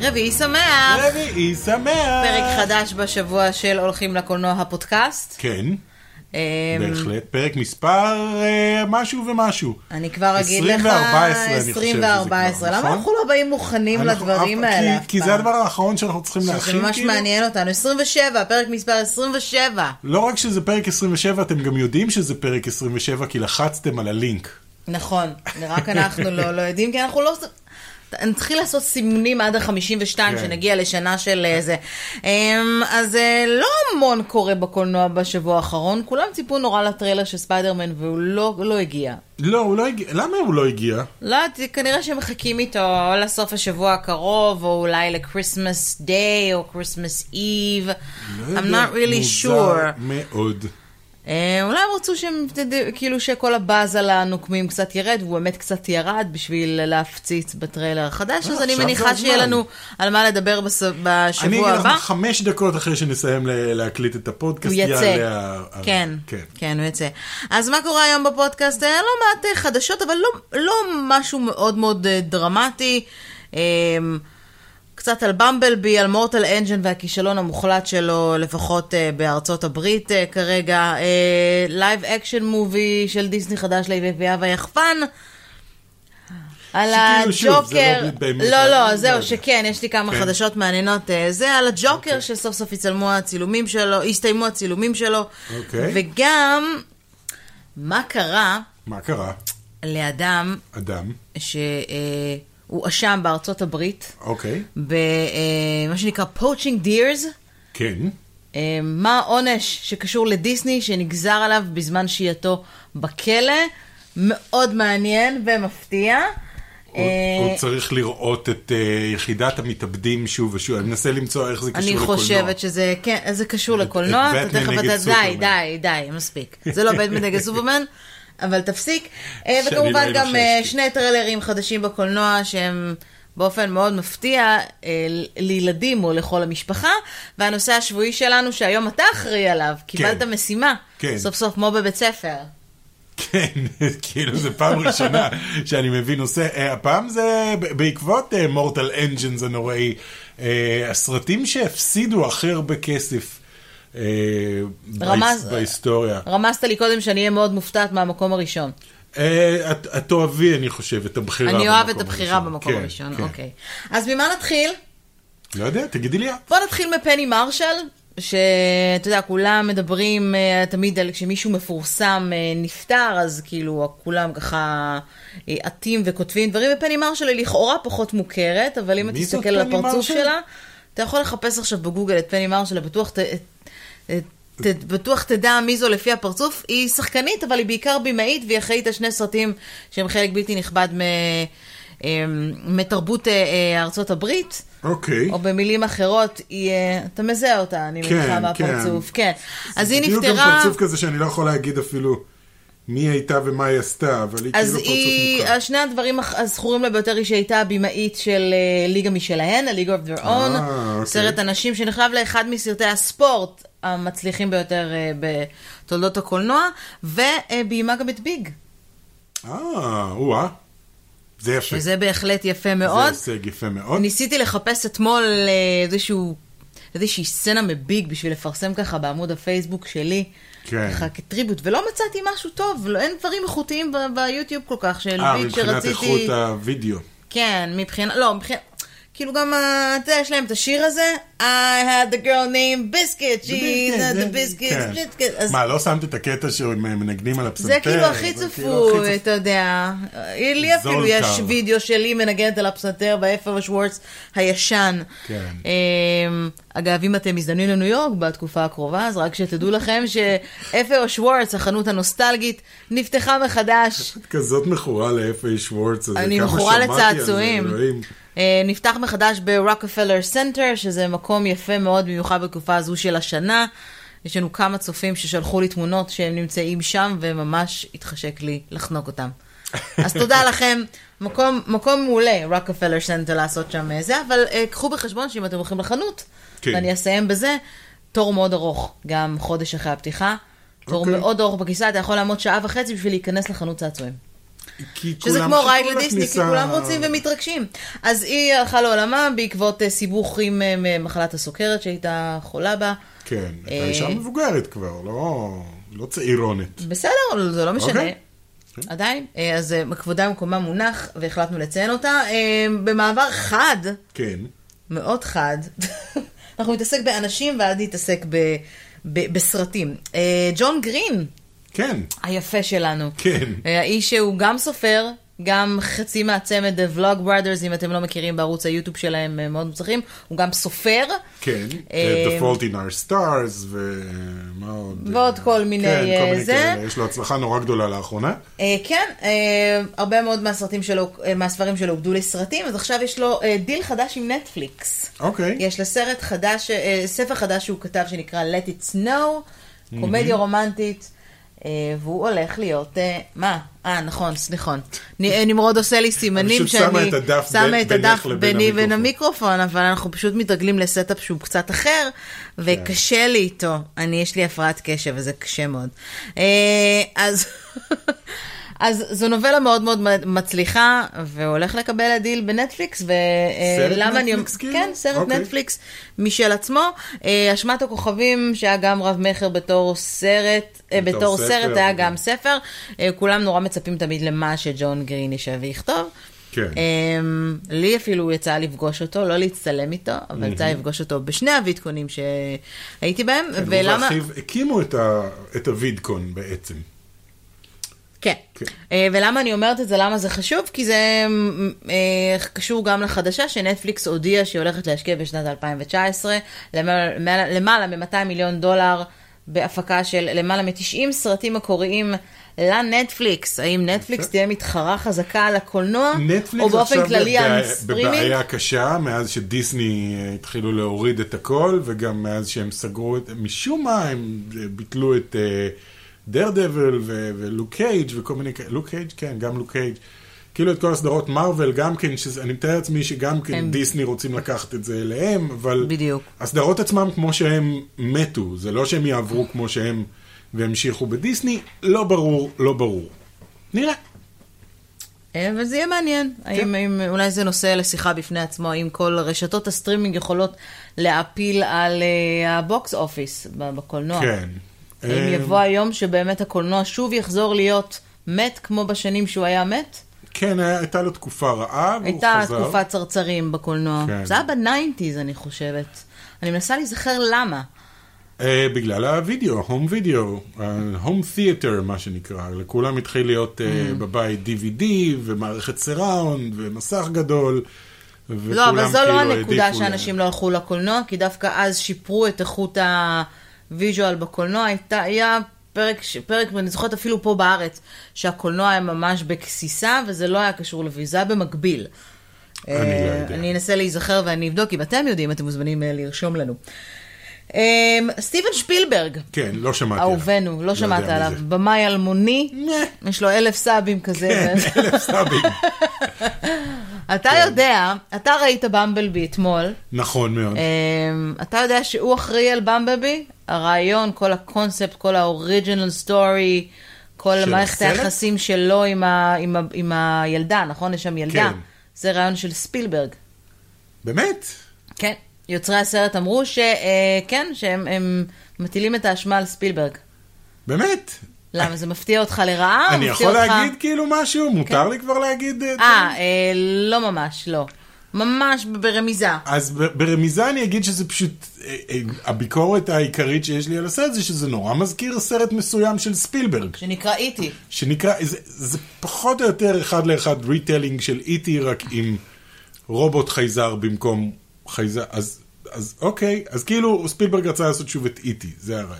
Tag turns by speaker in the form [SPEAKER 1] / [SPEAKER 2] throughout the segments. [SPEAKER 1] רביעי שמח!
[SPEAKER 2] רביעי שמח!
[SPEAKER 1] פרק חדש בשבוע של הולכים לקולנוע הפודקאסט.
[SPEAKER 2] כן,
[SPEAKER 1] אמ,
[SPEAKER 2] בהחלט. פרק מספר אה, משהו ומשהו.
[SPEAKER 1] אני כבר אגיד לך,
[SPEAKER 2] 24, אני חושב שזה כבר,
[SPEAKER 1] 24. למה
[SPEAKER 2] נכון?
[SPEAKER 1] אנחנו לא באים מוכנים
[SPEAKER 2] אנחנו-
[SPEAKER 1] לדברים
[SPEAKER 2] אף-
[SPEAKER 1] האלה
[SPEAKER 2] כי-
[SPEAKER 1] אף
[SPEAKER 2] כי זה
[SPEAKER 1] פעם?
[SPEAKER 2] הדבר האחרון שאנחנו צריכים
[SPEAKER 1] זה
[SPEAKER 2] להכין.
[SPEAKER 1] ממש
[SPEAKER 2] כאילו.
[SPEAKER 1] מעניין אותנו. 27, פרק מספר 27.
[SPEAKER 2] לא רק שזה פרק 27, אתם גם יודעים שזה פרק 27, כי לחצתם על הלינק.
[SPEAKER 1] נכון, רק אנחנו לא לא יודעים, כי אנחנו לא... נתחיל לעשות סימנים עד ה-52,
[SPEAKER 2] כן.
[SPEAKER 1] שנגיע לשנה של אה, זה. אמ, אז אה, לא המון קורה בקולנוע בשבוע האחרון, כולם ציפו נורא לטריילר של ספיידרמן והוא לא לא הגיע.
[SPEAKER 2] לא, הוא לא הגיע. למה הוא לא הגיע?
[SPEAKER 1] לא, יודעת, כנראה שהם מחכים איתו או לסוף השבוע הקרוב, או אולי לקריסמס דיי, או קריסמס איב.
[SPEAKER 2] לא
[SPEAKER 1] I'm
[SPEAKER 2] יודע,
[SPEAKER 1] not really
[SPEAKER 2] מוזר
[SPEAKER 1] sure.
[SPEAKER 2] מאוד.
[SPEAKER 1] אה, אולי הם רצו שהם, תד- כאילו שכל הבאז על הנוקמים קצת ירד, והוא באמת קצת ירד בשביל להפציץ בטריילר החדש,
[SPEAKER 2] אה,
[SPEAKER 1] אז אני
[SPEAKER 2] עכשיו זה
[SPEAKER 1] מניחה שיהיה
[SPEAKER 2] הזמן.
[SPEAKER 1] לנו על מה לדבר בס-
[SPEAKER 2] אני
[SPEAKER 1] בשבוע
[SPEAKER 2] אגיד
[SPEAKER 1] הבא.
[SPEAKER 2] לך חמש דקות אחרי שנסיים ל- להקליט את הפודקאסט.
[SPEAKER 1] הוא יצא.
[SPEAKER 2] יעלה ה-
[SPEAKER 1] כן,
[SPEAKER 2] כן.
[SPEAKER 1] כן, הוא יצא. אז מה קורה היום בפודקאסט? היה לא מעט אה, חדשות, אבל לא, לא משהו מאוד מאוד אה, דרמטי. אה, קצת על במבלבי, על מורטל אנג'ן והכישלון המוחלט שלו, לפחות אה, בארצות הברית אה, כרגע. אה, לייב אקשן מובי של דיסני חדש לאביאב היחפן. על
[SPEAKER 2] שכאילו, שוב,
[SPEAKER 1] הג'וקר,
[SPEAKER 2] זה לא באמת-
[SPEAKER 1] לא, לא,
[SPEAKER 2] לא
[SPEAKER 1] זהו,
[SPEAKER 2] יודע.
[SPEAKER 1] שכן, יש לי כמה
[SPEAKER 2] כן. אוקיי.
[SPEAKER 1] חדשות מעניינות. אה, זה על הג'וקר, שסוף סוף יצלמו הצילומים שלו, הסתיימו הצילומים שלו.
[SPEAKER 2] אוקיי.
[SPEAKER 1] וגם, מה קרה
[SPEAKER 2] מה קרה?
[SPEAKER 1] לאדם
[SPEAKER 2] אדם.
[SPEAKER 1] שהוא אשם בארצות הברית
[SPEAKER 2] אוקיי.
[SPEAKER 1] במה שנקרא poaching deers?
[SPEAKER 2] כן.
[SPEAKER 1] אה, מה העונש שקשור לדיסני שנגזר עליו בזמן שהייתו בכלא? מאוד מעניין ומפתיע.
[SPEAKER 2] הוא
[SPEAKER 1] אה,
[SPEAKER 2] הוא צריך לראות את אה, יחידת המתאבדים שוב ושוב, אני מנסה למצוא איך זה קשור
[SPEAKER 1] אני
[SPEAKER 2] לקולנוע.
[SPEAKER 1] חושבת שזה, כן, זה קשור לקולנוע,
[SPEAKER 2] את
[SPEAKER 1] אתה
[SPEAKER 2] בטמן
[SPEAKER 1] תכף
[SPEAKER 2] נגד
[SPEAKER 1] אתה, די,
[SPEAKER 2] סופרמן.
[SPEAKER 1] די, די, מספיק. זה לא בטמן נגד סופרמן, אבל תפסיק. אה,
[SPEAKER 2] שאני
[SPEAKER 1] וכמובן
[SPEAKER 2] לא
[SPEAKER 1] גם אה,
[SPEAKER 2] אנוששתי.
[SPEAKER 1] שני טריילרים חדשים בקולנוע שהם באופן מאוד מפתיע אה, ל- לילדים או לכל המשפחה, והנושא השבועי שלנו שהיום אתה אחראי עליו, קיבלת משימה,
[SPEAKER 2] כן.
[SPEAKER 1] סוף סוף כמו בבית ספר.
[SPEAKER 2] כן, כאילו זו פעם ראשונה שאני מביא נושא. אה, הפעם זה ב- בעקבות מורטל אנג'נס הנוראי. אה, הסרטים שהפסידו הכי הרבה כסף אה,
[SPEAKER 1] רמז-
[SPEAKER 2] בהיס- בהיסטוריה.
[SPEAKER 1] רמזת לי קודם שאני אהיה מאוד מופתעת מהמקום הראשון.
[SPEAKER 2] אה, את את תאהבי, אני חושב, את הבחירה
[SPEAKER 1] אני אוהב את
[SPEAKER 2] במקום
[SPEAKER 1] הבחירה
[SPEAKER 2] הראשון.
[SPEAKER 1] במקום
[SPEAKER 2] כן,
[SPEAKER 1] הראשון,
[SPEAKER 2] כן.
[SPEAKER 1] אוקיי. אז ממה נתחיל?
[SPEAKER 2] לא יודע, תגידי לי את.
[SPEAKER 1] בוא נתחיל מפני מרשל, שאתה יודע, כולם מדברים אה, תמיד על כשמישהו מפורסם אה, נפטר, אז כאילו כולם ככה אה, עטים וכותבים דברים, ופני מרשל היא לכאורה פחות מוכרת, אבל אם
[SPEAKER 2] מי
[SPEAKER 1] אתה
[SPEAKER 2] זאת
[SPEAKER 1] תסתכל על
[SPEAKER 2] פני
[SPEAKER 1] הפרצוף
[SPEAKER 2] מרשל?
[SPEAKER 1] שלה, אתה יכול לחפש עכשיו בגוגל את פני מרשל, בטוח ת... ת- ת- בטוח תדע מי זו לפי הפרצוף, היא שחקנית אבל היא בעיקר בימאית והיא אחראית על שני סרטים שהם חלק בלתי נכבד מ- אה, מתרבות אה, אה, ארצות הברית.
[SPEAKER 2] אוקיי.
[SPEAKER 1] או במילים אחרות, היא, אה, אתה מזהה אותה, אני
[SPEAKER 2] כן,
[SPEAKER 1] מניחה
[SPEAKER 2] כן.
[SPEAKER 1] מהפרצוף. כן. אז היא
[SPEAKER 2] בדיוק גם
[SPEAKER 1] נפטרה,
[SPEAKER 2] פרצוף כזה שאני לא יכול להגיד אפילו מי הייתה ומה היא עשתה, אבל היא כאילו
[SPEAKER 1] אז
[SPEAKER 2] פרצוף
[SPEAKER 1] היא, אה,
[SPEAKER 2] מוכר.
[SPEAKER 1] שני הדברים הח- הזכורים לה ביותר היא שהייתה הבמאית של אה, ליגה משלהן, ה-League of their own,
[SPEAKER 2] אה, אוקיי.
[SPEAKER 1] סרט הנשים שנחלב לאחד מסרטי הספורט המצליחים ביותר אה, בתולדות הקולנוע, וביימה גם את ביג,
[SPEAKER 2] אה, או-אה. זה יפה.
[SPEAKER 1] וזה בהחלט יפה
[SPEAKER 2] כן. זה
[SPEAKER 1] מאוד.
[SPEAKER 2] הישג יפה מאוד.
[SPEAKER 1] ניסיתי לחפש אתמול אה, איזשהו, איזושהי סצנה מביג בשביל לפרסם ככה בעמוד הפייסבוק שלי.
[SPEAKER 2] כן.
[SPEAKER 1] ככה כטריבוט, ולא מצאתי משהו טוב, לא, אין דברים איכותיים ב- ביוטיוב כל כך של
[SPEAKER 2] אה,
[SPEAKER 1] ביג
[SPEAKER 2] מבחינת
[SPEAKER 1] שרציתי...
[SPEAKER 2] איכות הוידאו.
[SPEAKER 1] כן, מבחינת, לא, מבחינת... כאילו גם, ה- אתה יודע, יש להם את השיר הזה, I had the girl named biscuit, she's not the
[SPEAKER 2] כן.
[SPEAKER 1] biscuit, biscuit, אז
[SPEAKER 2] מה, לא שמת את הקטע שהם מנגנים על הפסנתר?
[SPEAKER 1] זה כאילו הכי
[SPEAKER 2] זה כאילו הכי
[SPEAKER 1] צפוי, אתה יודע. לי
[SPEAKER 2] זול
[SPEAKER 1] אפילו יש
[SPEAKER 2] קר.
[SPEAKER 1] וידאו שלי מנגנת על הפסנתר באפר ושוורץ הישן.
[SPEAKER 2] כן.
[SPEAKER 1] אמ, אגב, אם אתם מזדמנים לניו יורק בתקופה הקרובה, אז רק שתדעו לכם שאפר ושוורץ, החנות הנוסטלגית, נפתחה מחדש.
[SPEAKER 2] את כזאת מכורה לאפי שוורץ הזה,
[SPEAKER 1] אני
[SPEAKER 2] כמה
[SPEAKER 1] מכורה
[SPEAKER 2] שמעתי על זה,
[SPEAKER 1] לצעצועים.
[SPEAKER 2] אלוהים.
[SPEAKER 1] אה, נפתח מחדש ברוקפלר סנטר, שזה מקום יפה מאוד, במיוחד בתקופה הזו של השנה. יש לנו כמה צופים ששלחו לי תמונות שהם נמצאים שם, וממש התחשק לי לחנוק אותם. אז תודה לכם. מקום, מקום מעולה, רוקפלר סנטר לעשות שם אה, זה, אבל אה, קחו בחשבון שאם אתם הולכים לחנות,
[SPEAKER 2] כן.
[SPEAKER 1] ואני אסיים בזה, תור מאוד ארוך, גם חודש אחרי הפתיחה. תור
[SPEAKER 2] אוקיי.
[SPEAKER 1] מאוד ארוך בכיסא, אתה יכול לעמוד שעה וחצי בשביל להיכנס לחנות צעצועים.
[SPEAKER 2] כי
[SPEAKER 1] שזה
[SPEAKER 2] כולם
[SPEAKER 1] כמו
[SPEAKER 2] חיכו
[SPEAKER 1] רייד לדיסני, כי
[SPEAKER 2] לכניסה-
[SPEAKER 1] כולם רוצים ומתרגשים. אז היא הלכה לעולמה בעקבות אה, סיבוך עם אה, ממחלת הסוכרת שהייתה חולה בה.
[SPEAKER 2] כן,
[SPEAKER 1] אה,
[SPEAKER 2] הייתה אישה מבוגרת כבר, לא, לא צעירונת.
[SPEAKER 1] בסדר, זה לא משנה.
[SPEAKER 2] אוקיי.
[SPEAKER 1] עדיין. אה, אז אה, כבודה במקומה מונח, והחלטנו לציין אותה. אה, במעבר חד,
[SPEAKER 2] כן,
[SPEAKER 1] מאוד חד, אנחנו נתעסק באנשים ואז נתעסק ב- ב- בסרטים. אה, ג'ון גרין,
[SPEAKER 2] כן,
[SPEAKER 1] היפה שלנו.
[SPEAKER 2] כן.
[SPEAKER 1] אה, האיש שהוא גם סופר, גם חצי מהצמד The Vlog Brothers, אם אתם לא מכירים בערוץ היוטיוב שלהם, הם מאוד מוצלחים, הוא גם סופר.
[SPEAKER 2] כן,
[SPEAKER 1] אה,
[SPEAKER 2] The Fault in Our Stars, ומה עוד?
[SPEAKER 1] ועוד כל מיני,
[SPEAKER 2] כן, כל
[SPEAKER 1] אה,
[SPEAKER 2] מיני
[SPEAKER 1] זה.
[SPEAKER 2] כאלה, יש לו הצלחה נורא גדולה לאחרונה.
[SPEAKER 1] אה, כן, אה, הרבה מאוד מהסרטים שלו, אה, מהספרים שלו עובדו לסרטים, אז עכשיו יש לו אה, דיל חדש עם נטפליקס.
[SPEAKER 2] אוקיי,
[SPEAKER 1] יש לה סרט חדש, אה, ספר חדש שהוא כתב שנקרא Let It Snow,
[SPEAKER 2] Mhm.
[SPEAKER 1] קומדיה רומנטית, אה, והוא הולך להיות, אה, מה? אה, נכון, סליחון. נ- אה, נמרוד עושה לי סימנים
[SPEAKER 2] פשוט שמה
[SPEAKER 1] שאני
[SPEAKER 2] את הדף ב-
[SPEAKER 1] את הדף
[SPEAKER 2] בינך לבין
[SPEAKER 1] ביני ובין
[SPEAKER 2] המיקרופון.
[SPEAKER 1] המיקרופון, אבל אנחנו פשוט מתרגלים לסטאפ שהוא קצת אחר, וקשה לי איתו. אני, יש לי הפרעת קשב, וזה קשה מאוד. אה, אז... אז זו נובלה מאוד מאוד מצליחה, והוא הולך לקבל הדיל בנטפליקס, ו... אה,
[SPEAKER 2] סרט
[SPEAKER 1] למה אני-
[SPEAKER 2] נטפליקס, כאילו?
[SPEAKER 1] כן, סרט
[SPEAKER 2] אוקיי.
[SPEAKER 1] נטפליקס משל עצמו. אה, אשמת הכוכבים, שהיה גם רב-מכר בתור סרט, אה,
[SPEAKER 2] בתור
[SPEAKER 1] בתור
[SPEAKER 2] ספר,
[SPEAKER 1] סרט, היה
[SPEAKER 2] אוקיי.
[SPEAKER 1] גם ספר. אה, כולם נורא מצפים תמיד למה שג'ון גרין יושב ויכתוב.
[SPEAKER 2] כן.
[SPEAKER 1] אמ, לי אפילו יצא לפגוש אותו, לא להצטלם איתו, אבל יצא לפגוש אותו בשני הווידקונים שהייתי בהם.
[SPEAKER 2] כן, הוא
[SPEAKER 1] ולמה...
[SPEAKER 2] ואחיו הקימו את ה- את הווידקון בעצם.
[SPEAKER 1] כן.
[SPEAKER 2] כן.
[SPEAKER 1] אה, ולמה אני אומרת את זה, למה זה חשוב? כי זה מ, אה, קשור גם לחדשה שנטפליקס הודיעה שהיא הולכת להשקיע בשנת 2019 למעלה- למעלה מ-200 מיליון דולר בהפקה של למעלה מ-90 סרטים מקוריים לנטפליקס. האם נטפליקס
[SPEAKER 2] יפה.
[SPEAKER 1] תהיה מתחרה חזקה על הקולנוע? או
[SPEAKER 2] נטפליקס
[SPEAKER 1] באופן
[SPEAKER 2] עכשיו
[SPEAKER 1] כללי
[SPEAKER 2] בבעיה-
[SPEAKER 1] על סטרימינג?
[SPEAKER 2] בבעיה קשה, מאז שדיסני אה, התחילו להוריד את הכל, וגם מאז שהם סגרו את... משום מה הם אה, ביטלו את דר דבל ולוק קייג' וכל מיני... כ- לוק קייג', כן, גם לוק קייג'. כאילו את כל הסדרות מארוול, גם כן, שזה- אני מתאר לעצמי שגם
[SPEAKER 1] הם-
[SPEAKER 2] כן דיסני רוצים לקחת את זה אליהם, אבל...
[SPEAKER 1] בדיוק.
[SPEAKER 2] הסדרות עצמם כמו שהם מתו, זה לא שהם יעברו כמו שהם והמשיכו בדיסני, לא ברור, לא ברור. נראה.
[SPEAKER 1] אה, אבל זה יהיה מעניין,
[SPEAKER 2] כן.
[SPEAKER 1] האם, האם, אולי זה נושא לשיחה בפני עצמו, האם כל רשתות הסטרימינג יכולות להפיל על אה, הבוקס אופיס ב- בקולנוע.
[SPEAKER 2] כן.
[SPEAKER 1] האם
[SPEAKER 2] אה,
[SPEAKER 1] יבוא היום שבאמת הקולנוע שוב יחזור להיות מת כמו בשנים שהוא היה מת?
[SPEAKER 2] כן, היה- הייתה לו תקופה רעה, והוא חזר.
[SPEAKER 1] הייתה תקופת צרצרים בקולנוע.
[SPEAKER 2] כן.
[SPEAKER 1] זה היה בניינטיז, אני חושבת. אני מנסה להיזכר למה.
[SPEAKER 2] אה, בגלל הווידאו, הום וידאו, הום תיאטר, מה שנקרא. לכולם התחיל להיות
[SPEAKER 1] Mm.
[SPEAKER 2] אה, בבית DVD, ומערכת סיראונד, ומסך גדול.
[SPEAKER 1] לא, אבל
[SPEAKER 2] וכולם
[SPEAKER 1] זו לא
[SPEAKER 2] כאילו
[SPEAKER 1] הנקודה
[SPEAKER 2] העדיפו ל-
[SPEAKER 1] שאנשים לא הלכו לקולנוע, כי דווקא אז שיפרו את איכות הוויז'ואל בקולנוע. הייתה, היה פרק, ש- פרק, ואני זוכרת אפילו פה בארץ, שהקולנוע היה ממש בגסיסה, וזה לא היה קשור לוויזה, היה במקביל.
[SPEAKER 2] אני לא
[SPEAKER 1] אה,
[SPEAKER 2] יודע.
[SPEAKER 1] אני אנסה להיזכר ואני אבדוק, אם אתם יודעים, אתם מוזמנים אה, לרשום לנו. אה, סטיבן שפילברג,
[SPEAKER 2] כן, לא שמעתי עליו.
[SPEAKER 1] אהובנו, לא
[SPEAKER 2] יודע
[SPEAKER 1] שמעת
[SPEAKER 2] מי
[SPEAKER 1] עליו,
[SPEAKER 2] זה.
[SPEAKER 1] במאי אלמוני, יש לו אלף סאבים כזה.
[SPEAKER 2] כן, אלף סאבים. כן.
[SPEAKER 1] אתה יודע, אתה ראית במבלבי אתמול.
[SPEAKER 2] נכון מאוד.
[SPEAKER 1] אמ, אתה יודע שהוא אחראי על במבבי? הרעיון, כל הקונספט, כל האוריג'ינל סטורי, כל
[SPEAKER 2] של
[SPEAKER 1] מערכת
[SPEAKER 2] הסרט?
[SPEAKER 1] היחסים שלו עם, ה, עם, ה, עם הילדה, נכון? יש שם ילדה.
[SPEAKER 2] כן.
[SPEAKER 1] זה רעיון של ספילברג.
[SPEAKER 2] באמת?
[SPEAKER 1] כן. יוצרי הסרט אמרו שכן, שהם הם מטילים את האשמה על ספילברג.
[SPEAKER 2] באמת?
[SPEAKER 1] למה, זה מפתיע אותך לרעה? או
[SPEAKER 2] אני
[SPEAKER 1] מפתיע
[SPEAKER 2] יכול
[SPEAKER 1] אה, אותך- כן.
[SPEAKER 2] להגיד כאילו משהו? מותר לי כבר להגיד? אה,
[SPEAKER 1] אה, אה, לא ממש, לא. ממש ברמיזה.
[SPEAKER 2] אז ב- ברמיזה אני אגיד שזה פשוט, אה, אה, הביקורת העיקרית שיש לי על הסרט זה שזה נורא מזכיר סרט מסוים של ספילברג,
[SPEAKER 1] שנקרא E איטי.
[SPEAKER 2] שנקרא, זה, זה פחות או יותר אחד לאחד ריטלינג של איטי, רק עם רובוט חייזר במקום חייזר, אז, אז אוקיי, אז כאילו ספילברג רצה לעשות שוב את איטי, זה הרעיון.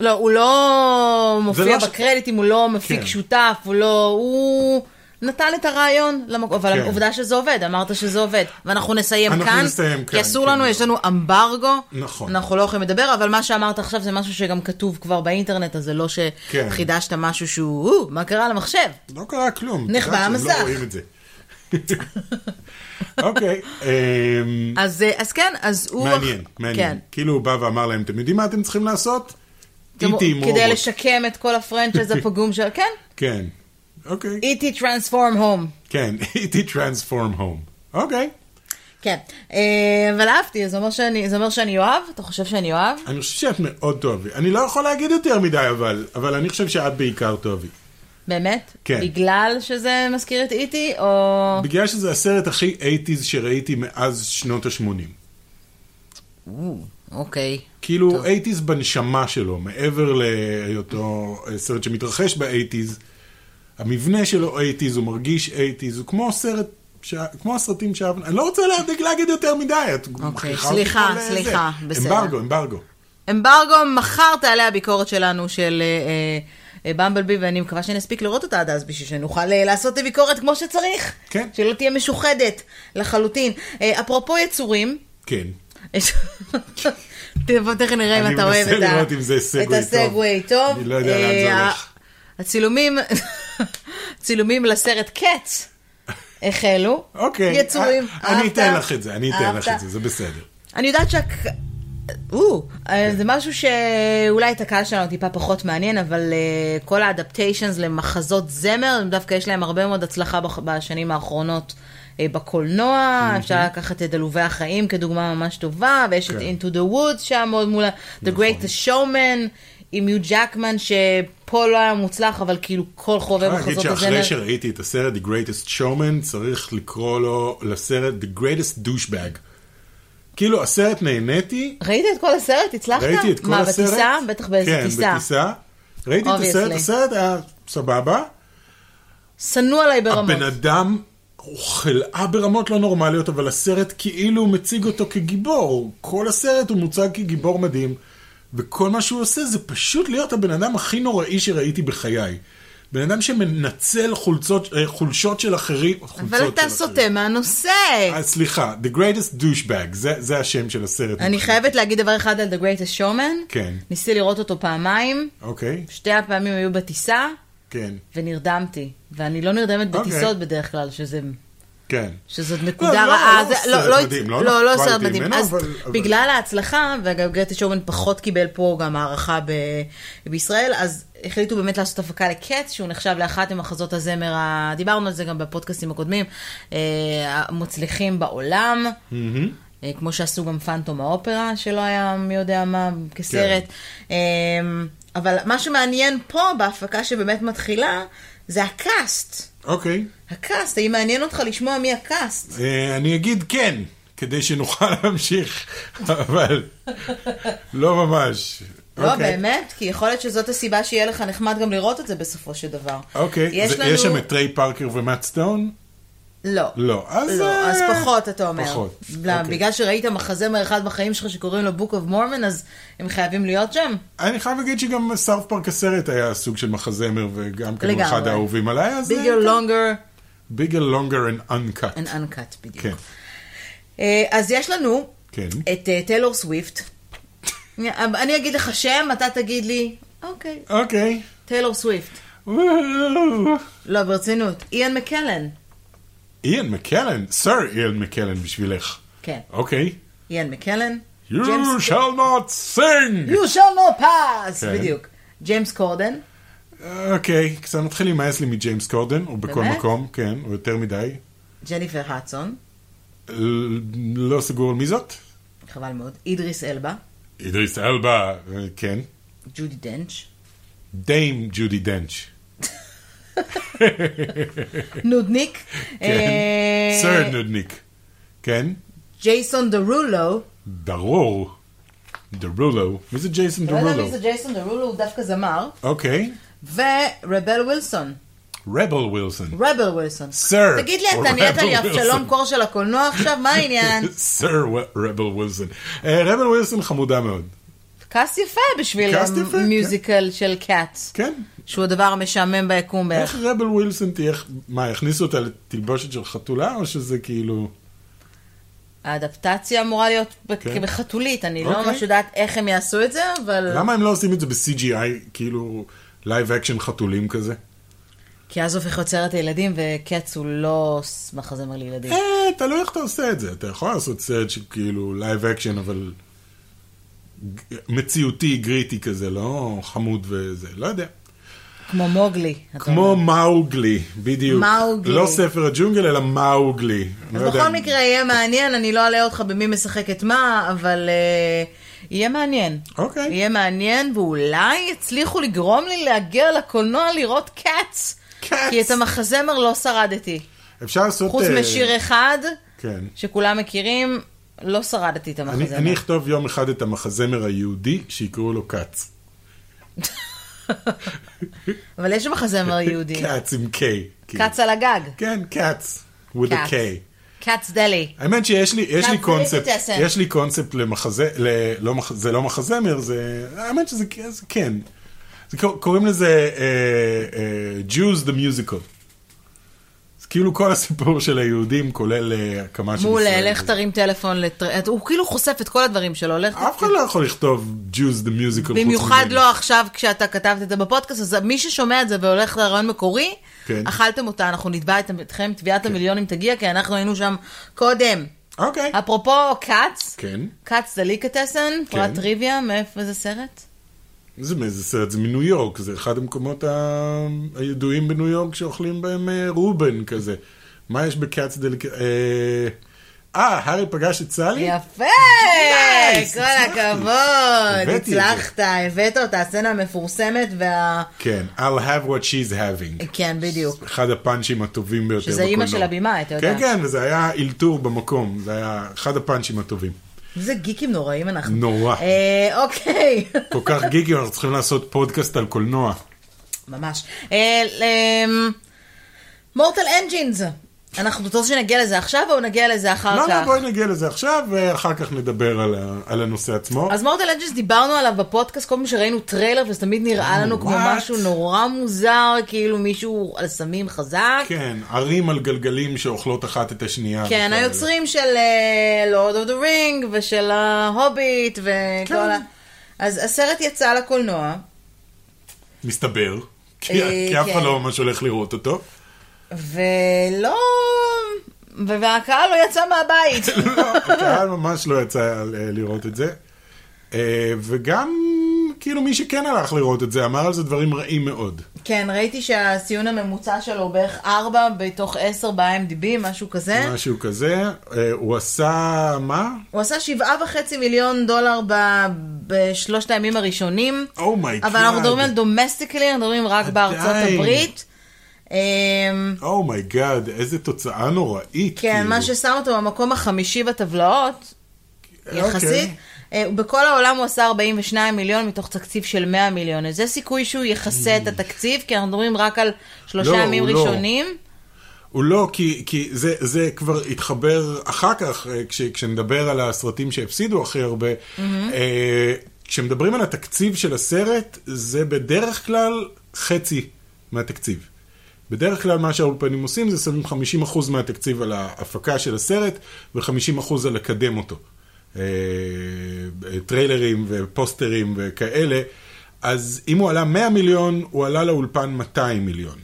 [SPEAKER 1] לא, הוא לא מופיע
[SPEAKER 2] לא ש-
[SPEAKER 1] בקרדיטים, הוא לא מפיק
[SPEAKER 2] כן.
[SPEAKER 1] שותף, הוא לא... הוא נתן את הרעיון למקום, אבל
[SPEAKER 2] כן.
[SPEAKER 1] עובדה שזה עובד, אמרת שזה עובד. ואנחנו נסיים
[SPEAKER 2] אנחנו
[SPEAKER 1] כאן,
[SPEAKER 2] נסיים
[SPEAKER 1] כי
[SPEAKER 2] כאן,
[SPEAKER 1] אסור
[SPEAKER 2] כן.
[SPEAKER 1] לנו, יש לנו אמברגו,
[SPEAKER 2] נכון.
[SPEAKER 1] אנחנו לא יכולים לדבר, אבל מה שאמרת עכשיו זה משהו שגם כתוב כבר באינטרנט, אז זה לא
[SPEAKER 2] כן.
[SPEAKER 1] שחידשת משהו שהוא, "או, מה קרה למחשב?
[SPEAKER 2] לא קרה כלום, את
[SPEAKER 1] נחבא
[SPEAKER 2] יודעת שהם
[SPEAKER 1] המסך.
[SPEAKER 2] לא רואים את זה. אוקיי, אמ,
[SPEAKER 1] אז, אה, אז כן, אז הוא...
[SPEAKER 2] מעניין,
[SPEAKER 1] כן.
[SPEAKER 2] מעניין. כאילו הוא בא ואמר להם, אתם יודעים מה אתם צריכים לעשות?
[SPEAKER 1] גם-
[SPEAKER 2] איטי עם רובוט.
[SPEAKER 1] כדי לשקם את כל הפרנצ'ייז הפגום של... כן.
[SPEAKER 2] כן. אוקיי.
[SPEAKER 1] E.T. Transform Home.
[SPEAKER 2] כן, E.T. Transform Home. אוקיי.
[SPEAKER 1] כן. אה, אבל אהבתי, זה אומר שאני- זה אומר שאני אוהב? אתה חושב שאני אוהב?
[SPEAKER 2] אני חושב שאת מאוד תאהבי. אני לא יכול להגיד יותר מדי, אבל, אבל אני חושב שאת בעיקר תאהבי.
[SPEAKER 1] באמת?
[SPEAKER 2] כן.
[SPEAKER 1] בגלל שזה מזכיר את E.T. או...
[SPEAKER 2] בגלל שזה הסרט הכי 80's שראיתי מאז שנות ה-80.
[SPEAKER 1] או, אוקיי.
[SPEAKER 2] כאילו 80's בנשמה שלו, מעבר להיותו אה, סרט שמתרחש ב-80's, המבנה שלו 80's, הוא מרגיש 80's, הוא כמו סרט, ש... כמו הסרטים שאהבנו, אני לא רוצה להגיד- להגיד יותר מדי, את מכריחה אותי
[SPEAKER 1] אוקיי, סליחה,
[SPEAKER 2] פה לזה.
[SPEAKER 1] סליחה, בסדר.
[SPEAKER 2] אמברגו, אמברגו.
[SPEAKER 1] אמברגו, מחר תעלה הביקורת שלנו של אה, אה, במבלבי, ואני מקווה שנספיק לראות אותה עד אז, בשביל שנוכל אה, לעשות ביקורת כמו שצריך.
[SPEAKER 2] כן.
[SPEAKER 1] שלא תהיה משוחדת לחלוטין. אה, אפרופו יצורים,
[SPEAKER 2] כן.
[SPEAKER 1] בוא תכף נראה אם
[SPEAKER 2] אני
[SPEAKER 1] אתה אוהב
[SPEAKER 2] מנסה
[SPEAKER 1] את ה-
[SPEAKER 2] לראות אם זה סגווי
[SPEAKER 1] את
[SPEAKER 2] טוב.
[SPEAKER 1] הסגווי טוב.
[SPEAKER 2] אני לא יודע לאן זה
[SPEAKER 1] אה,
[SPEAKER 2] הולך.
[SPEAKER 1] הצילומים, צילומים לסרט קץ החלו.
[SPEAKER 2] אוקיי.
[SPEAKER 1] יצורים.
[SPEAKER 2] אה, אני
[SPEAKER 1] אהבת?
[SPEAKER 2] אתן לך את זה, אני אתן לך
[SPEAKER 1] אהבת?
[SPEAKER 2] את זה, זה בסדר.
[SPEAKER 1] אני יודעת שה... או, אה, זה משהו שאולי את הקהל שלנו טיפה פחות מעניין, אבל אה, כל האדפטיישנס למחזות זמר, הם דווקא יש להם הרבה מאוד הצלחה בח- בשנים האחרונות אה, בקולנוע, אפשר לקחת את עלובי החיים כדוגמה ממש טובה, ויש את
[SPEAKER 2] כן. נכון.
[SPEAKER 1] Into the Woods שם עוד מול ה- The Great Showman עם יו ג'קמן, שפה לא היה מוצלח, אבל כאילו כל חובב
[SPEAKER 2] אני אגיד
[SPEAKER 1] מחזות
[SPEAKER 2] שאחרי
[SPEAKER 1] הזמר.
[SPEAKER 2] שראיתי את הסרט The Greatest Showman, צריך לקרוא לו לסרט The Greatest Douchebag. כאילו, הסרט נהניתי,
[SPEAKER 1] ראית את כל הסרט? הצלחת?
[SPEAKER 2] ראיתי את כל הסרט.
[SPEAKER 1] מה, בטיסה? בטח באיזה טיסה.
[SPEAKER 2] כן, בטיסה. ראיתי את הסרט,
[SPEAKER 1] Obviously.
[SPEAKER 2] הסרט היה סבבה.
[SPEAKER 1] שנוא עליי ברמות.
[SPEAKER 2] הבן אדם הוא חלאה ברמות לא נורמליות, אבל הסרט כאילו מציג אותו כגיבור. כל הסרט הוא מוצג כגיבור מדהים, וכל מה שהוא עושה זה פשוט להיות הבן אדם הכי נוראי שראיתי בחיי. בן אדם שמנצל חולצות, אה, חולשות של אחרים. חולצות
[SPEAKER 1] אבל אתה
[SPEAKER 2] של
[SPEAKER 1] סוטה
[SPEAKER 2] אחרים.
[SPEAKER 1] מהנושא.
[SPEAKER 2] אה, סליחה, The Greatest Douchebag, זה, זה השם של הסרט.
[SPEAKER 1] אני חייבת להגיד דבר אחד על The Greatest Showman.
[SPEAKER 2] כן.
[SPEAKER 1] ניסיתי לראות אותו פעמיים,
[SPEAKER 2] אוקיי,
[SPEAKER 1] שתי הפעמים היו בטיסה,
[SPEAKER 2] כן,
[SPEAKER 1] ונרדמתי. ואני לא נרדמת
[SPEAKER 2] אוקיי.
[SPEAKER 1] בטיסות בדרך כלל, שזה...
[SPEAKER 2] כן.
[SPEAKER 1] שזאת
[SPEAKER 2] לא,
[SPEAKER 1] נקודה
[SPEAKER 2] לא,
[SPEAKER 1] רעה,
[SPEAKER 2] לא
[SPEAKER 1] זה-
[SPEAKER 2] סרט
[SPEAKER 1] לא-
[SPEAKER 2] מדהים, לא
[SPEAKER 1] לא לא, לא
[SPEAKER 2] נפלתי
[SPEAKER 1] סרט מדהים.
[SPEAKER 2] ממנו,
[SPEAKER 1] אז
[SPEAKER 2] אבל- אבל-
[SPEAKER 1] בגלל ההצלחה, וגם גרטי שורמן פחות קיבל פה גם הערכה ב- בישראל, אז החליטו באמת לעשות הפקה לקץ, שהוא נחשב לאחת ממחזות הזמר, ה- דיברנו על זה גם בפודקאסטים הקודמים, אה, המוצלחים בעולם.
[SPEAKER 2] מהמם.
[SPEAKER 1] אה, כמו שעשו גם פנטום האופרה, שלא היה מי יודע מה כסרט. כן. אבל מה שמעניין פה, בהפקה שבאמת מתחילה, זה הקאסט.
[SPEAKER 2] אוקיי,
[SPEAKER 1] הקאסט, האם מעניין אותך לשמוע מי הקאסט?
[SPEAKER 2] אה, אני אגיד כן, כדי שנוכל להמשיך, אבל לא ממש.
[SPEAKER 1] לא,
[SPEAKER 2] אוקיי.
[SPEAKER 1] באמת, כי יכול להיות שזאת הסיבה שיהיה לך נחמד גם לראות את זה בסופו של דבר.
[SPEAKER 2] אוקיי,
[SPEAKER 1] יש
[SPEAKER 2] זה-
[SPEAKER 1] לנו-
[SPEAKER 2] יש שם את טריי פארקר ומאט סטון?
[SPEAKER 1] לא.
[SPEAKER 2] לא, אז...
[SPEAKER 1] לא,
[SPEAKER 2] אה,
[SPEAKER 1] אז פחות, אתה אומר.
[SPEAKER 2] פחות,
[SPEAKER 1] לא,
[SPEAKER 2] אוקיי.
[SPEAKER 1] בגלל שראית מחזמר אחד בחיים שלך שקוראים לו Book of Mormon, אז הם חייבים להיות שם?
[SPEAKER 2] אני חייב להגיד שגם סאוף פארק הסרט היה סוג של מחזמר, וגם כן הוא
[SPEAKER 1] לגמרי.
[SPEAKER 2] אחד האהובים עליי, אז... אה, אוקיי.
[SPEAKER 1] bigger, longer
[SPEAKER 2] ביגר לונגר and uncut.
[SPEAKER 1] and uncut, בדיוק.
[SPEAKER 2] כן,
[SPEAKER 1] אה, אז יש לנו
[SPEAKER 2] כן.
[SPEAKER 1] את אה, טיילור סוויפט. אני אגיד לך שם, אתה תגיד לי, אוקיי,
[SPEAKER 2] אוקיי.
[SPEAKER 1] טיילור סוויפט.
[SPEAKER 2] וואו.
[SPEAKER 1] לא, ברצינות. איאן מקלן.
[SPEAKER 2] איין מקלן, סר איין מקלן בשבילך.
[SPEAKER 1] כן,
[SPEAKER 2] אוקיי.
[SPEAKER 1] איאן מקלן.
[SPEAKER 2] You shall not sing!
[SPEAKER 1] you shall not pass!
[SPEAKER 2] כן.
[SPEAKER 1] בדיוק. ג'יימס קורדן.
[SPEAKER 2] אוקיי, קצת מתחיל להימאס לי מג'יימס קורדן, הוא בכל
[SPEAKER 1] באמת?
[SPEAKER 2] מקום, כן, הוא יותר מדי.
[SPEAKER 1] ג'ניפר האטסון.
[SPEAKER 2] ל- לא סגור על מי זאת?
[SPEAKER 1] חבל מאוד. אידריס אלבה.
[SPEAKER 2] אידריס אלבה, אה, כן.
[SPEAKER 1] ג'ודי דנץ'.
[SPEAKER 2] דיים ג'ודי דנץ'.
[SPEAKER 1] נודניק. אה,
[SPEAKER 2] כן. סר נודניק. כן?
[SPEAKER 1] ג'ייסון דרולו.
[SPEAKER 2] ברור. דרולו. מי זה ג'ייסון
[SPEAKER 1] לא יודע
[SPEAKER 2] דרולו?
[SPEAKER 1] מי זה ג'ייסון דרולו, הוא דווקא זמר.
[SPEAKER 2] אוקיי.
[SPEAKER 1] ורבל ווילסון.
[SPEAKER 2] רבל ווילסון.
[SPEAKER 1] רבל ווילסון.
[SPEAKER 2] סר.
[SPEAKER 1] תגיד לי, אתה נהיית לי
[SPEAKER 2] רבל
[SPEAKER 1] אבשלום
[SPEAKER 2] וילסון.
[SPEAKER 1] קור של הקולנוע עכשיו? מה העניין?
[SPEAKER 2] סר ו- רבל ווילסון. אה, רבל ווילסון חמודה מאוד.
[SPEAKER 1] קאסט יפה בשביל
[SPEAKER 2] קאסט יפה,
[SPEAKER 1] המיוזיקל של קאט,
[SPEAKER 2] כן.
[SPEAKER 1] שהוא הדבר המשעמם ביקום
[SPEAKER 2] איך
[SPEAKER 1] בערך.
[SPEAKER 2] רבל ווילסון תהיה... מה, יכניסו אותה לתלבושת של חתולה, או שזה כאילו...
[SPEAKER 1] האדפטציה אמורה להיות בק-
[SPEAKER 2] כן.
[SPEAKER 1] בחתולית, אני לא
[SPEAKER 2] אוקיי.
[SPEAKER 1] ממש יודעת איך הם יעשו את זה, אבל...
[SPEAKER 2] למה הם לא עושים את זה ב-CGI, כאילו לייב אקשן חתולים כזה?
[SPEAKER 1] כי אז הופך יוצרת ילדים, וקאץ הוא לא ס- מחזמר לילדים.
[SPEAKER 2] אה, תלוי איך אתה עושה את זה. אתה יכול לעשות סרט שכאילו לייב אקשן, אבל
[SPEAKER 1] כן.
[SPEAKER 2] ג- מציאותי, גריטי כזה, לא חמוד וזה, לא יודע.
[SPEAKER 1] כמו מוגלי. אתה
[SPEAKER 2] כמו מאוגלי, בדיוק.
[SPEAKER 1] מאוגלי.
[SPEAKER 2] לא ספר הג'ונגל, אלא מאוגלי. לא
[SPEAKER 1] אז
[SPEAKER 2] יודע.
[SPEAKER 1] בכל מקרה יהיה מעניין, אני לא אלאה אותך במי משחק את מה, אבל אה, יהיה מעניין.
[SPEAKER 2] אוקיי.
[SPEAKER 1] יהיה מעניין, ואולי יצליחו לגרום לי להגיע לקולנוע לראות קאץ.
[SPEAKER 2] Cats.
[SPEAKER 1] כי את המחזמר לא שרדתי.
[SPEAKER 2] אפשר לעשות...
[SPEAKER 1] חוץ
[SPEAKER 2] אה,
[SPEAKER 1] משיר אחד,
[SPEAKER 2] כן.
[SPEAKER 1] שכולם מכירים, לא שרדתי את
[SPEAKER 2] אני,
[SPEAKER 1] המחזמר.
[SPEAKER 2] אני אכתוב יום אחד את המחזמר היהודי שיקראו לו כץ.
[SPEAKER 1] אבל יש מחזמר יהודי.
[SPEAKER 2] כץ עם K. כאילו.
[SPEAKER 1] קאץ על הגג.
[SPEAKER 2] כן, כץ. with a K.
[SPEAKER 1] Cats. קאץ דלי.
[SPEAKER 2] האמת שיש לי, יש לי
[SPEAKER 1] Cats
[SPEAKER 2] קונספט,
[SPEAKER 1] Delicatessen.
[SPEAKER 2] יש לי קונספט למחזה, ל, לא, מח- זה לא מחזמר, זה, האמת שזה זה כן. זה, קור- קוראים לזה אה, אה, Jews the Musical. זה כאילו כל הסיפור של היהודים, כולל אה, הקמה של ישראל.
[SPEAKER 1] מעולה, לך תרים טלפון לטר... הוא כאילו חושף את כל הדברים שלו, לך...
[SPEAKER 2] אף אחד לא יכול לכתוב Jews the Musical. חוץ
[SPEAKER 1] במיוחד
[SPEAKER 2] ממני.
[SPEAKER 1] לא עכשיו כשאתה כתבת את זה בפודקאסט, אז מי ששומע את זה והולך לרעיון מקורי,
[SPEAKER 2] כן.
[SPEAKER 1] אכלתם אותה, אנחנו נתבע את- אתכם, תביעת המיליונים תגיע, כי אנחנו היינו שם קודם.
[SPEAKER 2] אוקיי.
[SPEAKER 1] אפרופו כץ,
[SPEAKER 2] כן.
[SPEAKER 1] כץ דליקטסן, פרט טריוויה, מאיפה זה סרט?
[SPEAKER 2] זה מאיזה סרט? זה מניו יורק, זה אחד המקומות ה... הידועים בניו יורק שאוכלים בהם אה, רובן כזה. מה יש בקאץ דלק... אה, אה, הארי פגש את סלי?
[SPEAKER 1] יפה!
[SPEAKER 2] נייס,
[SPEAKER 1] כל
[SPEAKER 2] כן. הצלחתי.
[SPEAKER 1] הכבוד,
[SPEAKER 2] הבאתי את זה.
[SPEAKER 1] הצלחת, הבאת אותה, הסצנה המפורסמת וה...
[SPEAKER 2] כן, I'll have what she's having.
[SPEAKER 1] כן, בדיוק.
[SPEAKER 2] אחד הפאנצ'ים הטובים ביותר
[SPEAKER 1] שזה אימא של הבמאי, אתה יודע.
[SPEAKER 2] כן, כן, וזה היה אלתור במקום, זה היה אחד הפאנצ'ים הטובים.
[SPEAKER 1] איזה גיקים נוראים אנחנו.
[SPEAKER 2] נורא.
[SPEAKER 1] אה, אוקיי.
[SPEAKER 2] כל כך גיגי, אנחנו צריכים לעשות פודקאסט על קולנוע.
[SPEAKER 1] ממש. אה, מורטל אנג'ינס. אנחנו רוצים שנגיע לזה עכשיו או נגיע לזה אחר
[SPEAKER 2] לא, לא,
[SPEAKER 1] כך?
[SPEAKER 2] בואי נגיע לזה עכשיו, ואחר כך נדבר על ה- על הנושא עצמו.
[SPEAKER 1] אז מורטל אנג'ינס דיברנו עליו בפודקאסט כל פעם שראינו טריילר וזה תמיד נראה לנו כמו
[SPEAKER 2] אה, what?
[SPEAKER 1] משהו נורא מוזר, כאילו מישהו על סמים חזק.
[SPEAKER 2] כן, ערים על גלגלים שאוכלות אחת את השנייה.
[SPEAKER 1] כן,
[SPEAKER 2] וכאלה.
[SPEAKER 1] היוצרים של אה, לורד אוף דה רינג ושל ההוביט וכל
[SPEAKER 2] כן.
[SPEAKER 1] ה... אז הסרט יצא לקולנוע,
[SPEAKER 2] מסתבר. כי
[SPEAKER 1] אה,
[SPEAKER 2] כי אף אחד
[SPEAKER 1] כן.
[SPEAKER 2] לא ממש הולך לראות אותו.
[SPEAKER 1] ולא... ו- והקהל לא יצא מהבית.
[SPEAKER 2] לא, הקהל ממש לא יצא אה, לראות את זה. אה, וגם, כאילו, מי שכן הלך לראות את זה, אמר על זה דברים רעים מאוד.
[SPEAKER 1] כן, ראיתי שהציון הממוצע שלו הוא בערך 4 בתוך 10 ב-IMDb, משהו כזה.
[SPEAKER 2] משהו כזה. אה, הוא עשה, מה?
[SPEAKER 1] הוא עשה 7.5 מיליון דולר ב- בשלושת הימים הראשונים.
[SPEAKER 2] Oh אומייגאד.
[SPEAKER 1] אבל אנחנו מדברים על דומסטיקלי, אנחנו מדברים רק בארצות
[SPEAKER 2] עדיין.
[SPEAKER 1] הברית. אמ,
[SPEAKER 2] אומייגאד, Oh איזה תוצאה נוראית.
[SPEAKER 1] כן,
[SPEAKER 2] כאילו.
[SPEAKER 1] מה ששם אותו במקום החמישי בטבלאות,
[SPEAKER 2] אוקיי.
[SPEAKER 1] יחסית. אה, בכל העולם הוא עשה 42 מיליון מתוך תקציב של 100 מיליון. אז זה סיכוי שהוא יכסה את התקציב, כי אנחנו מדברים רק על שלושה
[SPEAKER 2] לא,
[SPEAKER 1] ימים
[SPEAKER 2] הוא לא.
[SPEAKER 1] ראשונים.
[SPEAKER 2] הוא לא, כי, כי זה, זה כבר התחבר אחר כך, אה, כש, כשנדבר על הסרטים שהפסידו הכי הרבה. Mm-hmm. אה, כשמדברים על התקציב של הסרט, זה בדרך כלל חצי מהתקציב. בדרך כלל מה שהאולפנים עושים זה שמים 50% מהתקציב על ההפקה של הסרט ו-50% על לקדם אותו. אה, טריילרים ופוסטרים וכאלה. אז אם הוא עלה 100 מיליון, הוא עלה לאולפן 200 מיליון.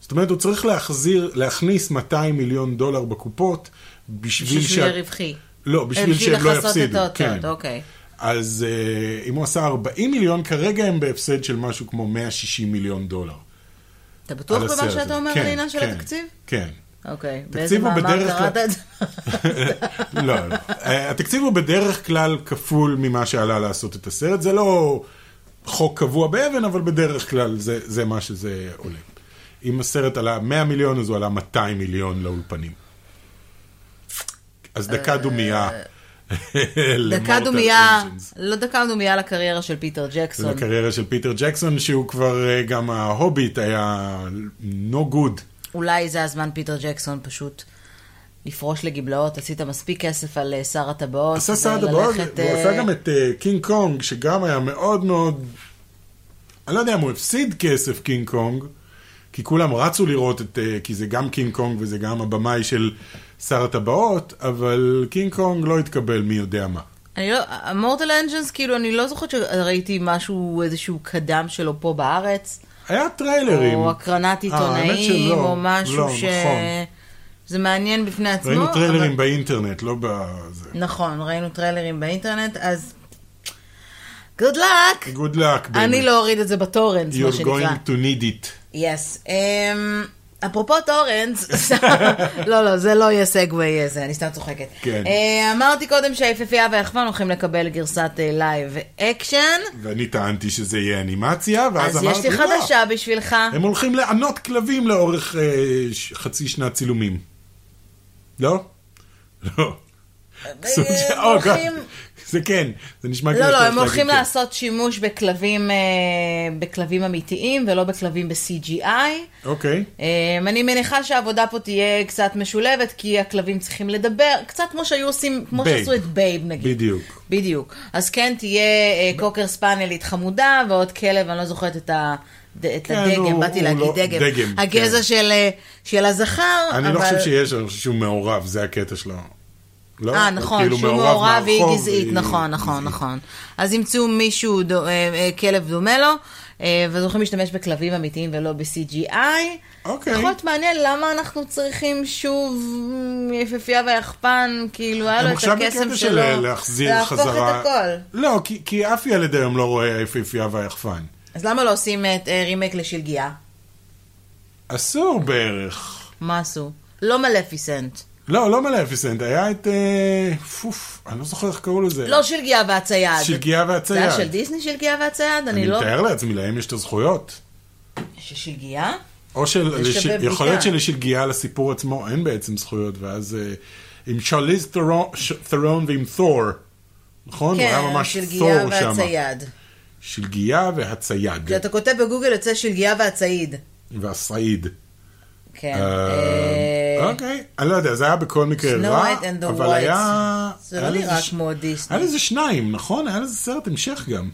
[SPEAKER 2] זאת אומרת, הוא צריך להחזיר, להכניס 200 מיליון דולר בקופות בשביל
[SPEAKER 1] בשביל יהיה רווחי.
[SPEAKER 2] לא, בשביל שהם לא
[SPEAKER 1] בשביל לכסות את
[SPEAKER 2] יפסידו.
[SPEAKER 1] ההוצאות,
[SPEAKER 2] כן.
[SPEAKER 1] אוקיי.
[SPEAKER 2] אז אה, אם הוא עשה 40 מיליון, כרגע הם בהפסד של משהו כמו 160 מיליון דולר.
[SPEAKER 1] אתה בטוח
[SPEAKER 2] על
[SPEAKER 1] במה
[SPEAKER 2] הסרט
[SPEAKER 1] שאתה
[SPEAKER 2] הזה.
[SPEAKER 1] אומר
[SPEAKER 2] כן,
[SPEAKER 1] על העניין של
[SPEAKER 2] כן,
[SPEAKER 1] התקציב?
[SPEAKER 2] כן.
[SPEAKER 1] אוקיי. באיזה
[SPEAKER 2] תקציב הוא
[SPEAKER 1] מאמר
[SPEAKER 2] בדרך
[SPEAKER 1] קראת
[SPEAKER 2] כלל-
[SPEAKER 1] את זה?
[SPEAKER 2] לא, לא. אה, התקציב הוא בדרך כלל כפול ממה שעלה לעשות את הסרט. זה לא חוק קבוע באבן, אבל בדרך כלל זה, זה מה שזה עולה. אם הסרט עלה 100 מיליון, אז הוא עלה 200 מיליון לאולפנים. אז דקה דומייה.
[SPEAKER 1] דקה
[SPEAKER 2] למורטל
[SPEAKER 1] דומייה,
[SPEAKER 2] אנג'ינס.
[SPEAKER 1] לא דקה דומייה לקריירה של פיטר
[SPEAKER 2] לא
[SPEAKER 1] ג'קסון.
[SPEAKER 2] לקריירה של פיטר ג'קסון, שהוא כבר אה, גם ההוביט היה no good.
[SPEAKER 1] אולי זה הזמן פיטר ג'קסון פשוט לפרוש לגמלאות, עשית מספיק כסף על אה, שר הטבעות.
[SPEAKER 2] עשה סעד הבאות,
[SPEAKER 1] וללכת,
[SPEAKER 2] הוא
[SPEAKER 1] אה,
[SPEAKER 2] עשה גם את אה, קינג קונג, שגם היה מאוד מאוד... אני לא יודע אם הוא הפסיד כסף קינג קונג, כי כולם רצו לראות את... אה, כי זה גם קינג קונג וזה גם הבמאי של שר הטבעות, אבל קינג קונג לא התקבל מי יודע מה.
[SPEAKER 1] אני לא, מורטל אנג'נס, כאילו, אני לא זוכרת שראיתי משהו, איזשהו קדם שלו פה בארץ,
[SPEAKER 2] היה טריילרים.
[SPEAKER 1] או הקרנת
[SPEAKER 2] אה, האמת
[SPEAKER 1] עיתונאים,
[SPEAKER 2] שלא,
[SPEAKER 1] או משהו
[SPEAKER 2] לא,
[SPEAKER 1] ש...
[SPEAKER 2] נכון.
[SPEAKER 1] זה מעניין בפני עצמו.
[SPEAKER 2] ראינו
[SPEAKER 1] אבל-
[SPEAKER 2] טריילרים באינטרנט, לא בזה.
[SPEAKER 1] נכון, ראינו טריילרים באינטרנט, אז Good luck!
[SPEAKER 2] Good luck, באמת.
[SPEAKER 1] אני לא אוריד את זה בטורנס, מה
[SPEAKER 2] You're
[SPEAKER 1] שנקרא.
[SPEAKER 2] going to need it.
[SPEAKER 1] יס. אמ, אפרופו טורנס, לא, לא, זה לא יהיה סגווי, זה, אני סתם צוחקת.
[SPEAKER 2] כן.
[SPEAKER 1] אה, אמרתי קודם שהיפהפייה והיחפן הולכים לקבל גרסת אה, לייב אקשן,
[SPEAKER 2] ואני טענתי שזה יהיה אנימציה, ואז
[SPEAKER 1] אז יש
[SPEAKER 2] אמרתי,
[SPEAKER 1] לי
[SPEAKER 2] לא.
[SPEAKER 1] חדשה בשבילך.
[SPEAKER 2] הם הולכים לענות כלבים לאורך אה, ש- חצי שנת צילומים. לא? לא. סוג
[SPEAKER 1] אה,
[SPEAKER 2] של-
[SPEAKER 1] הם
[SPEAKER 2] או, גם-
[SPEAKER 1] הולכים-
[SPEAKER 2] זה כן, זה נשמע כאילו...
[SPEAKER 1] לא, לא,
[SPEAKER 2] אתה
[SPEAKER 1] הם
[SPEAKER 2] הולך
[SPEAKER 1] הולכים
[SPEAKER 2] להגיד כן.
[SPEAKER 1] לעשות שימוש בכלבים, אה, בכלבים אמיתיים ולא בכלבים ב-CGI.
[SPEAKER 2] אוקיי.
[SPEAKER 1] אמ, אני מניחה שהעבודה פה תהיה קצת משולבת, כי הכלבים צריכים לדבר, קצת כמו שהיו עושים, כמו
[SPEAKER 2] בייב.
[SPEAKER 1] שעשו את בייב נגיד.
[SPEAKER 2] בדיוק.
[SPEAKER 1] בדיוק. אז כן, תהיה אה, קוקר ספאנלית חמודה, ועוד כלב, אני לא זוכרת את ה... ד- את
[SPEAKER 2] כן,
[SPEAKER 1] הדגם,
[SPEAKER 2] הוא-
[SPEAKER 1] באתי
[SPEAKER 2] הוא
[SPEAKER 1] להגיד
[SPEAKER 2] לא-
[SPEAKER 1] דגם.
[SPEAKER 2] דגם,
[SPEAKER 1] הגזע
[SPEAKER 2] כן.
[SPEAKER 1] של, אה, של הזכר, אבל...
[SPEAKER 2] אני לא חושב שיש, אני חושב שהוא מעורב, זה הקטע שלו. לא?
[SPEAKER 1] אה,
[SPEAKER 2] הוא
[SPEAKER 1] נכון,
[SPEAKER 2] כאילו
[SPEAKER 1] שהוא מעורב והיא
[SPEAKER 2] מהרחוב,
[SPEAKER 1] גזעית,
[SPEAKER 2] והיא-
[SPEAKER 1] נכון, נכון, נכון. אז ימצאו מישהו, דו- אה, אה, כלב דומה לו, אה, ואז הולכים להשתמש בכלבים אמיתיים ולא ב-CGI.
[SPEAKER 2] אוקיי.
[SPEAKER 1] פחות מעניין למה אנחנו צריכים שוב מ, יפיפייה והיחפן, כאילו היה לו
[SPEAKER 2] הם
[SPEAKER 1] את
[SPEAKER 2] עכשיו
[SPEAKER 1] הקסם
[SPEAKER 2] בקטע של
[SPEAKER 1] שלו.
[SPEAKER 2] אה, להחזיר חזרה.
[SPEAKER 1] להפוך את הכל.
[SPEAKER 2] לא, כי- כי אף ילד היום לא רואה היפהפייה והיחפן.
[SPEAKER 1] אז למה לא עושים את אה, רימייק לשלגיה?
[SPEAKER 2] אסור בערך.
[SPEAKER 1] מה עשו? לא מלפיסנט.
[SPEAKER 2] לא, לא מלאפיסנט, היה את... אה, פוף, אני לא זוכר איך קראו לזה.
[SPEAKER 1] לא שלגיה והצייד.
[SPEAKER 2] שלגיה
[SPEAKER 1] זה היה
[SPEAKER 2] והצייד.
[SPEAKER 1] של דיסני שלגיה והצייד? אני
[SPEAKER 2] אני
[SPEAKER 1] לא...
[SPEAKER 2] מתאר לעצמי, להם יש את הזכויות.
[SPEAKER 1] של שלגיה?
[SPEAKER 2] או של...
[SPEAKER 1] זה
[SPEAKER 2] לש-
[SPEAKER 1] שווה בדיקה.
[SPEAKER 2] יכול להיות שלשלגיה לסיפור עצמו אין בעצם זכויות, ואז אה, עם שרליז ת'רון- ש- ת'רון ועם תור. נכון? הוא היה
[SPEAKER 1] כן,
[SPEAKER 2] ממש
[SPEAKER 1] שלגיה
[SPEAKER 2] תור שם.
[SPEAKER 1] והצייד.
[SPEAKER 2] שלגיה והצייד.
[SPEAKER 1] כשאתה כותב בגוגל יוצא שלגיה והצעיד.
[SPEAKER 2] והסעיד.
[SPEAKER 1] כן.
[SPEAKER 2] אה,
[SPEAKER 1] אה,
[SPEAKER 2] אוקיי, אני לא יודע, זה היה בכל מקרה
[SPEAKER 1] Snow
[SPEAKER 2] רע,
[SPEAKER 1] White and the
[SPEAKER 2] אבל
[SPEAKER 1] Whites.
[SPEAKER 2] היה...
[SPEAKER 1] זה לא
[SPEAKER 2] היה
[SPEAKER 1] נראה
[SPEAKER 2] לזה ש-
[SPEAKER 1] כמו דיסני.
[SPEAKER 2] היה לזה שניים, נכון? היה לזה סרט המשך גם.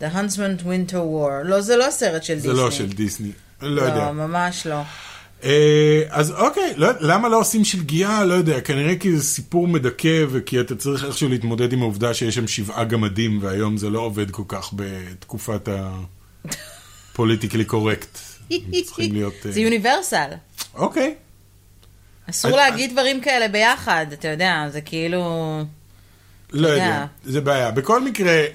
[SPEAKER 1] The Huntsman Winter War. לא, זה לא סרט של דיסני.
[SPEAKER 2] זה לא של דיסני, לא יודע.
[SPEAKER 1] לא, ממש לא.
[SPEAKER 2] אה, אז אוקיי, לא, למה לא עושים שלגייה? לא יודע, כנראה כי זה סיפור מדכא וכי אתה צריך איכשהו להתמודד עם העובדה שיש שם שבעה גמדים והיום זה לא עובד כל כך בתקופת הפוליטיקלי קורקט. הם צריכים להיות... אה,
[SPEAKER 1] זה יוניברסל.
[SPEAKER 2] אוקיי,
[SPEAKER 1] אסור
[SPEAKER 2] אז-
[SPEAKER 1] להגיד דברים כאלה ביחד, אתה יודע, זה כאילו...
[SPEAKER 2] לא
[SPEAKER 1] אתה יודע.
[SPEAKER 2] יודע, זה בעיה. בכל מקרה, אה,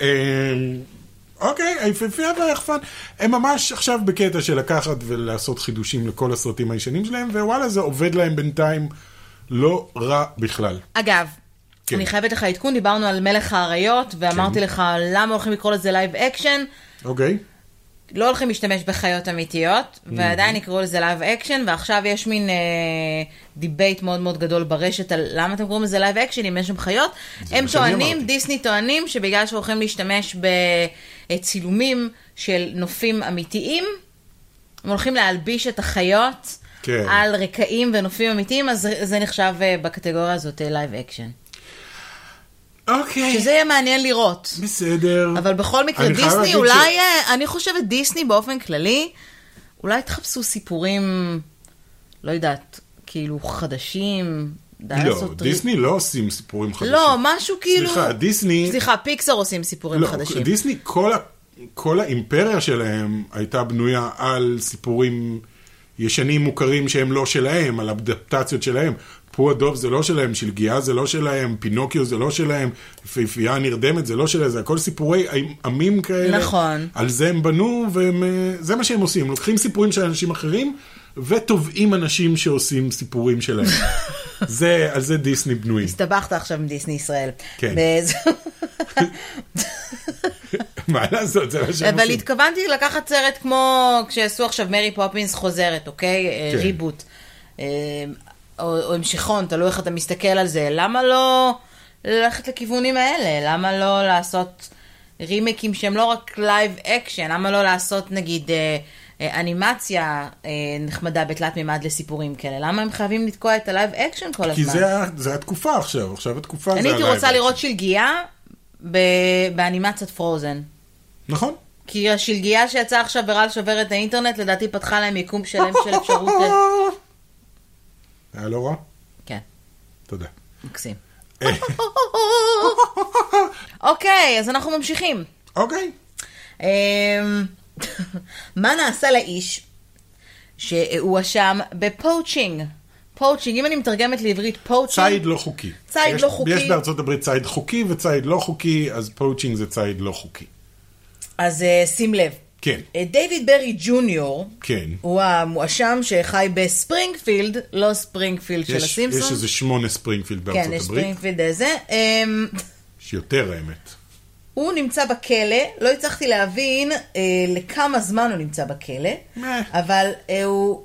[SPEAKER 2] אוקיי, היפהפייה והיחפן, הם ממש עכשיו בקטע של לקחת ולעשות חידושים לכל הסרטים הישנים שלהם, ווואלה, זה עובד להם בינתיים לא רע בכלל.
[SPEAKER 1] אגב,
[SPEAKER 2] כן.
[SPEAKER 1] אני חייבת לך עדכון, דיברנו על מלך האריות, ואמרתי לך למה הולכים לקרוא לזה לייב אקשן.
[SPEAKER 2] אוקיי?
[SPEAKER 1] לא הולכים להשתמש בחיות אמיתיות,
[SPEAKER 2] Mhm.
[SPEAKER 1] ועדיין יקראו לזה לייב אקשן, ועכשיו יש מין אה, דיבייט מאוד מאוד גדול ברשת על למה אתם קוראים לזה לייב אקשן אם יש שם חיות.
[SPEAKER 2] זה
[SPEAKER 1] הם
[SPEAKER 2] מה שאני
[SPEAKER 1] טוענים,
[SPEAKER 2] אמרתי.
[SPEAKER 1] דיסני טוענים, שבגלל שהולכים להשתמש בצילומים של נופים אמיתיים, הם הולכים להלביש את החיות
[SPEAKER 2] כן.
[SPEAKER 1] על רקעים ונופים אמיתיים, אז זה- זה נחשב אה, בקטגוריה הזאת לייב אקשן.
[SPEAKER 2] אוקיי.
[SPEAKER 1] שזה יהיה מעניין לראות.
[SPEAKER 2] בסדר.
[SPEAKER 1] אבל בכל מקרה,
[SPEAKER 2] אני חייב
[SPEAKER 1] דיסני
[SPEAKER 2] להגיד
[SPEAKER 1] אולי,
[SPEAKER 2] ש-
[SPEAKER 1] אה, אני חושבת דיסני באופן כללי, אולי תחפשו סיפורים, לא יודעת, כאילו חדשים. די
[SPEAKER 2] לא,
[SPEAKER 1] לעשות טריק.
[SPEAKER 2] דיסני לא עושים סיפורים חדשים.
[SPEAKER 1] לא, משהו כאילו...
[SPEAKER 2] סליחה, דיסני...
[SPEAKER 1] סליחה, פיקסר עושים סיפורים
[SPEAKER 2] לא,
[SPEAKER 1] חדשים.
[SPEAKER 2] דיסני, כל, ה... כל האימפריה שלהם הייתה בנויה על סיפורים ישנים מוכרים שהם לא שלהם, על אדפטציות שלהם. פו הדוב זה לא שלהם, שלגיה זה לא שלהם, פינוקיו זה לא שלהם, יפהפייה הנרדמת זה לא שלהם, זה הכל סיפורי עמים כאלה.
[SPEAKER 1] נכון.
[SPEAKER 2] על זה הם בנו, וזה מה שהם עושים. לוקחים סיפורים של אנשים אחרים, ותובעים אנשים שעושים סיפורים שלהם. זה, על זה דיסני בנויים.
[SPEAKER 1] הסתבכת עכשיו עם דיסני ישראל.
[SPEAKER 2] כן.
[SPEAKER 1] באיזה-
[SPEAKER 2] מה לעשות, זה מה שהם
[SPEAKER 1] אבל
[SPEAKER 2] עושים.
[SPEAKER 1] התכוונתי לקחת סרט כמו כשעשו עכשיו מרי פופינס חוזרת, אוקיי? אה,
[SPEAKER 2] כן.
[SPEAKER 1] ריבוט. אה, או או המשכון, תלוי איך אתה מסתכל על זה. למה לא ללכת לכיוונים האלה? למה לא לעשות רימייקים שהם לא רק לייב אקשן? למה לא לעשות נגיד אה, אה, אנימציה אה, נחמדה בתלת מימד לסיפורים כאלה? למה הם חייבים לתקוע את הלייב אקשן כל הזמן?
[SPEAKER 2] כי זה, ה- זה התקופה עכשיו, עכשיו התקופה זה
[SPEAKER 1] אני הייתי
[SPEAKER 2] הלייב
[SPEAKER 1] רוצה לראות
[SPEAKER 2] אקשן.
[SPEAKER 1] שלגיה ב- באנימציית פרוזן.
[SPEAKER 2] נכון.
[SPEAKER 1] כי השלגייה שיצאה עכשיו ברעל שובר את האינטרנט, לדעתי פתחה להם מיקום שלם של אפשרות... כן. ל-
[SPEAKER 2] היה לא רע?
[SPEAKER 1] כן,
[SPEAKER 2] תודה.
[SPEAKER 1] מקסים. אוקיי, אז אנחנו ממשיכים.
[SPEAKER 2] אוקיי.
[SPEAKER 1] אמ, מה נעשה לאיש שהואשם בפואצ'ינג? פואוצ'ינג, אם אני מתרגמת לעברית פואוצ'ינג...
[SPEAKER 2] ציד לא חוקי.
[SPEAKER 1] ציד
[SPEAKER 2] יש-
[SPEAKER 1] לא חוקי.
[SPEAKER 2] יש בארצות הברית ציד חוקי וציד לא חוקי, אז פואוצ'ינג זה ציד לא חוקי.
[SPEAKER 1] אז אה, שים לב.
[SPEAKER 2] כן.
[SPEAKER 1] אה, דיוויד ברי ג'וניור,
[SPEAKER 2] כן.
[SPEAKER 1] הוא המואשם שחי בספרינגפילד, לא ספרינגפילד של
[SPEAKER 2] יש,
[SPEAKER 1] הסימפסון.
[SPEAKER 2] יש איזה שמונה ספרינגפילד בארצות
[SPEAKER 1] כן, יש
[SPEAKER 2] הברית,
[SPEAKER 1] ספרינגפילד איזה. אמ,
[SPEAKER 2] שיותר האמת.
[SPEAKER 1] הוא נמצא בכלא, לא הצלחתי להבין אה, לכמה זמן הוא נמצא בכלא,
[SPEAKER 2] מה?
[SPEAKER 1] אבל אה, הוא...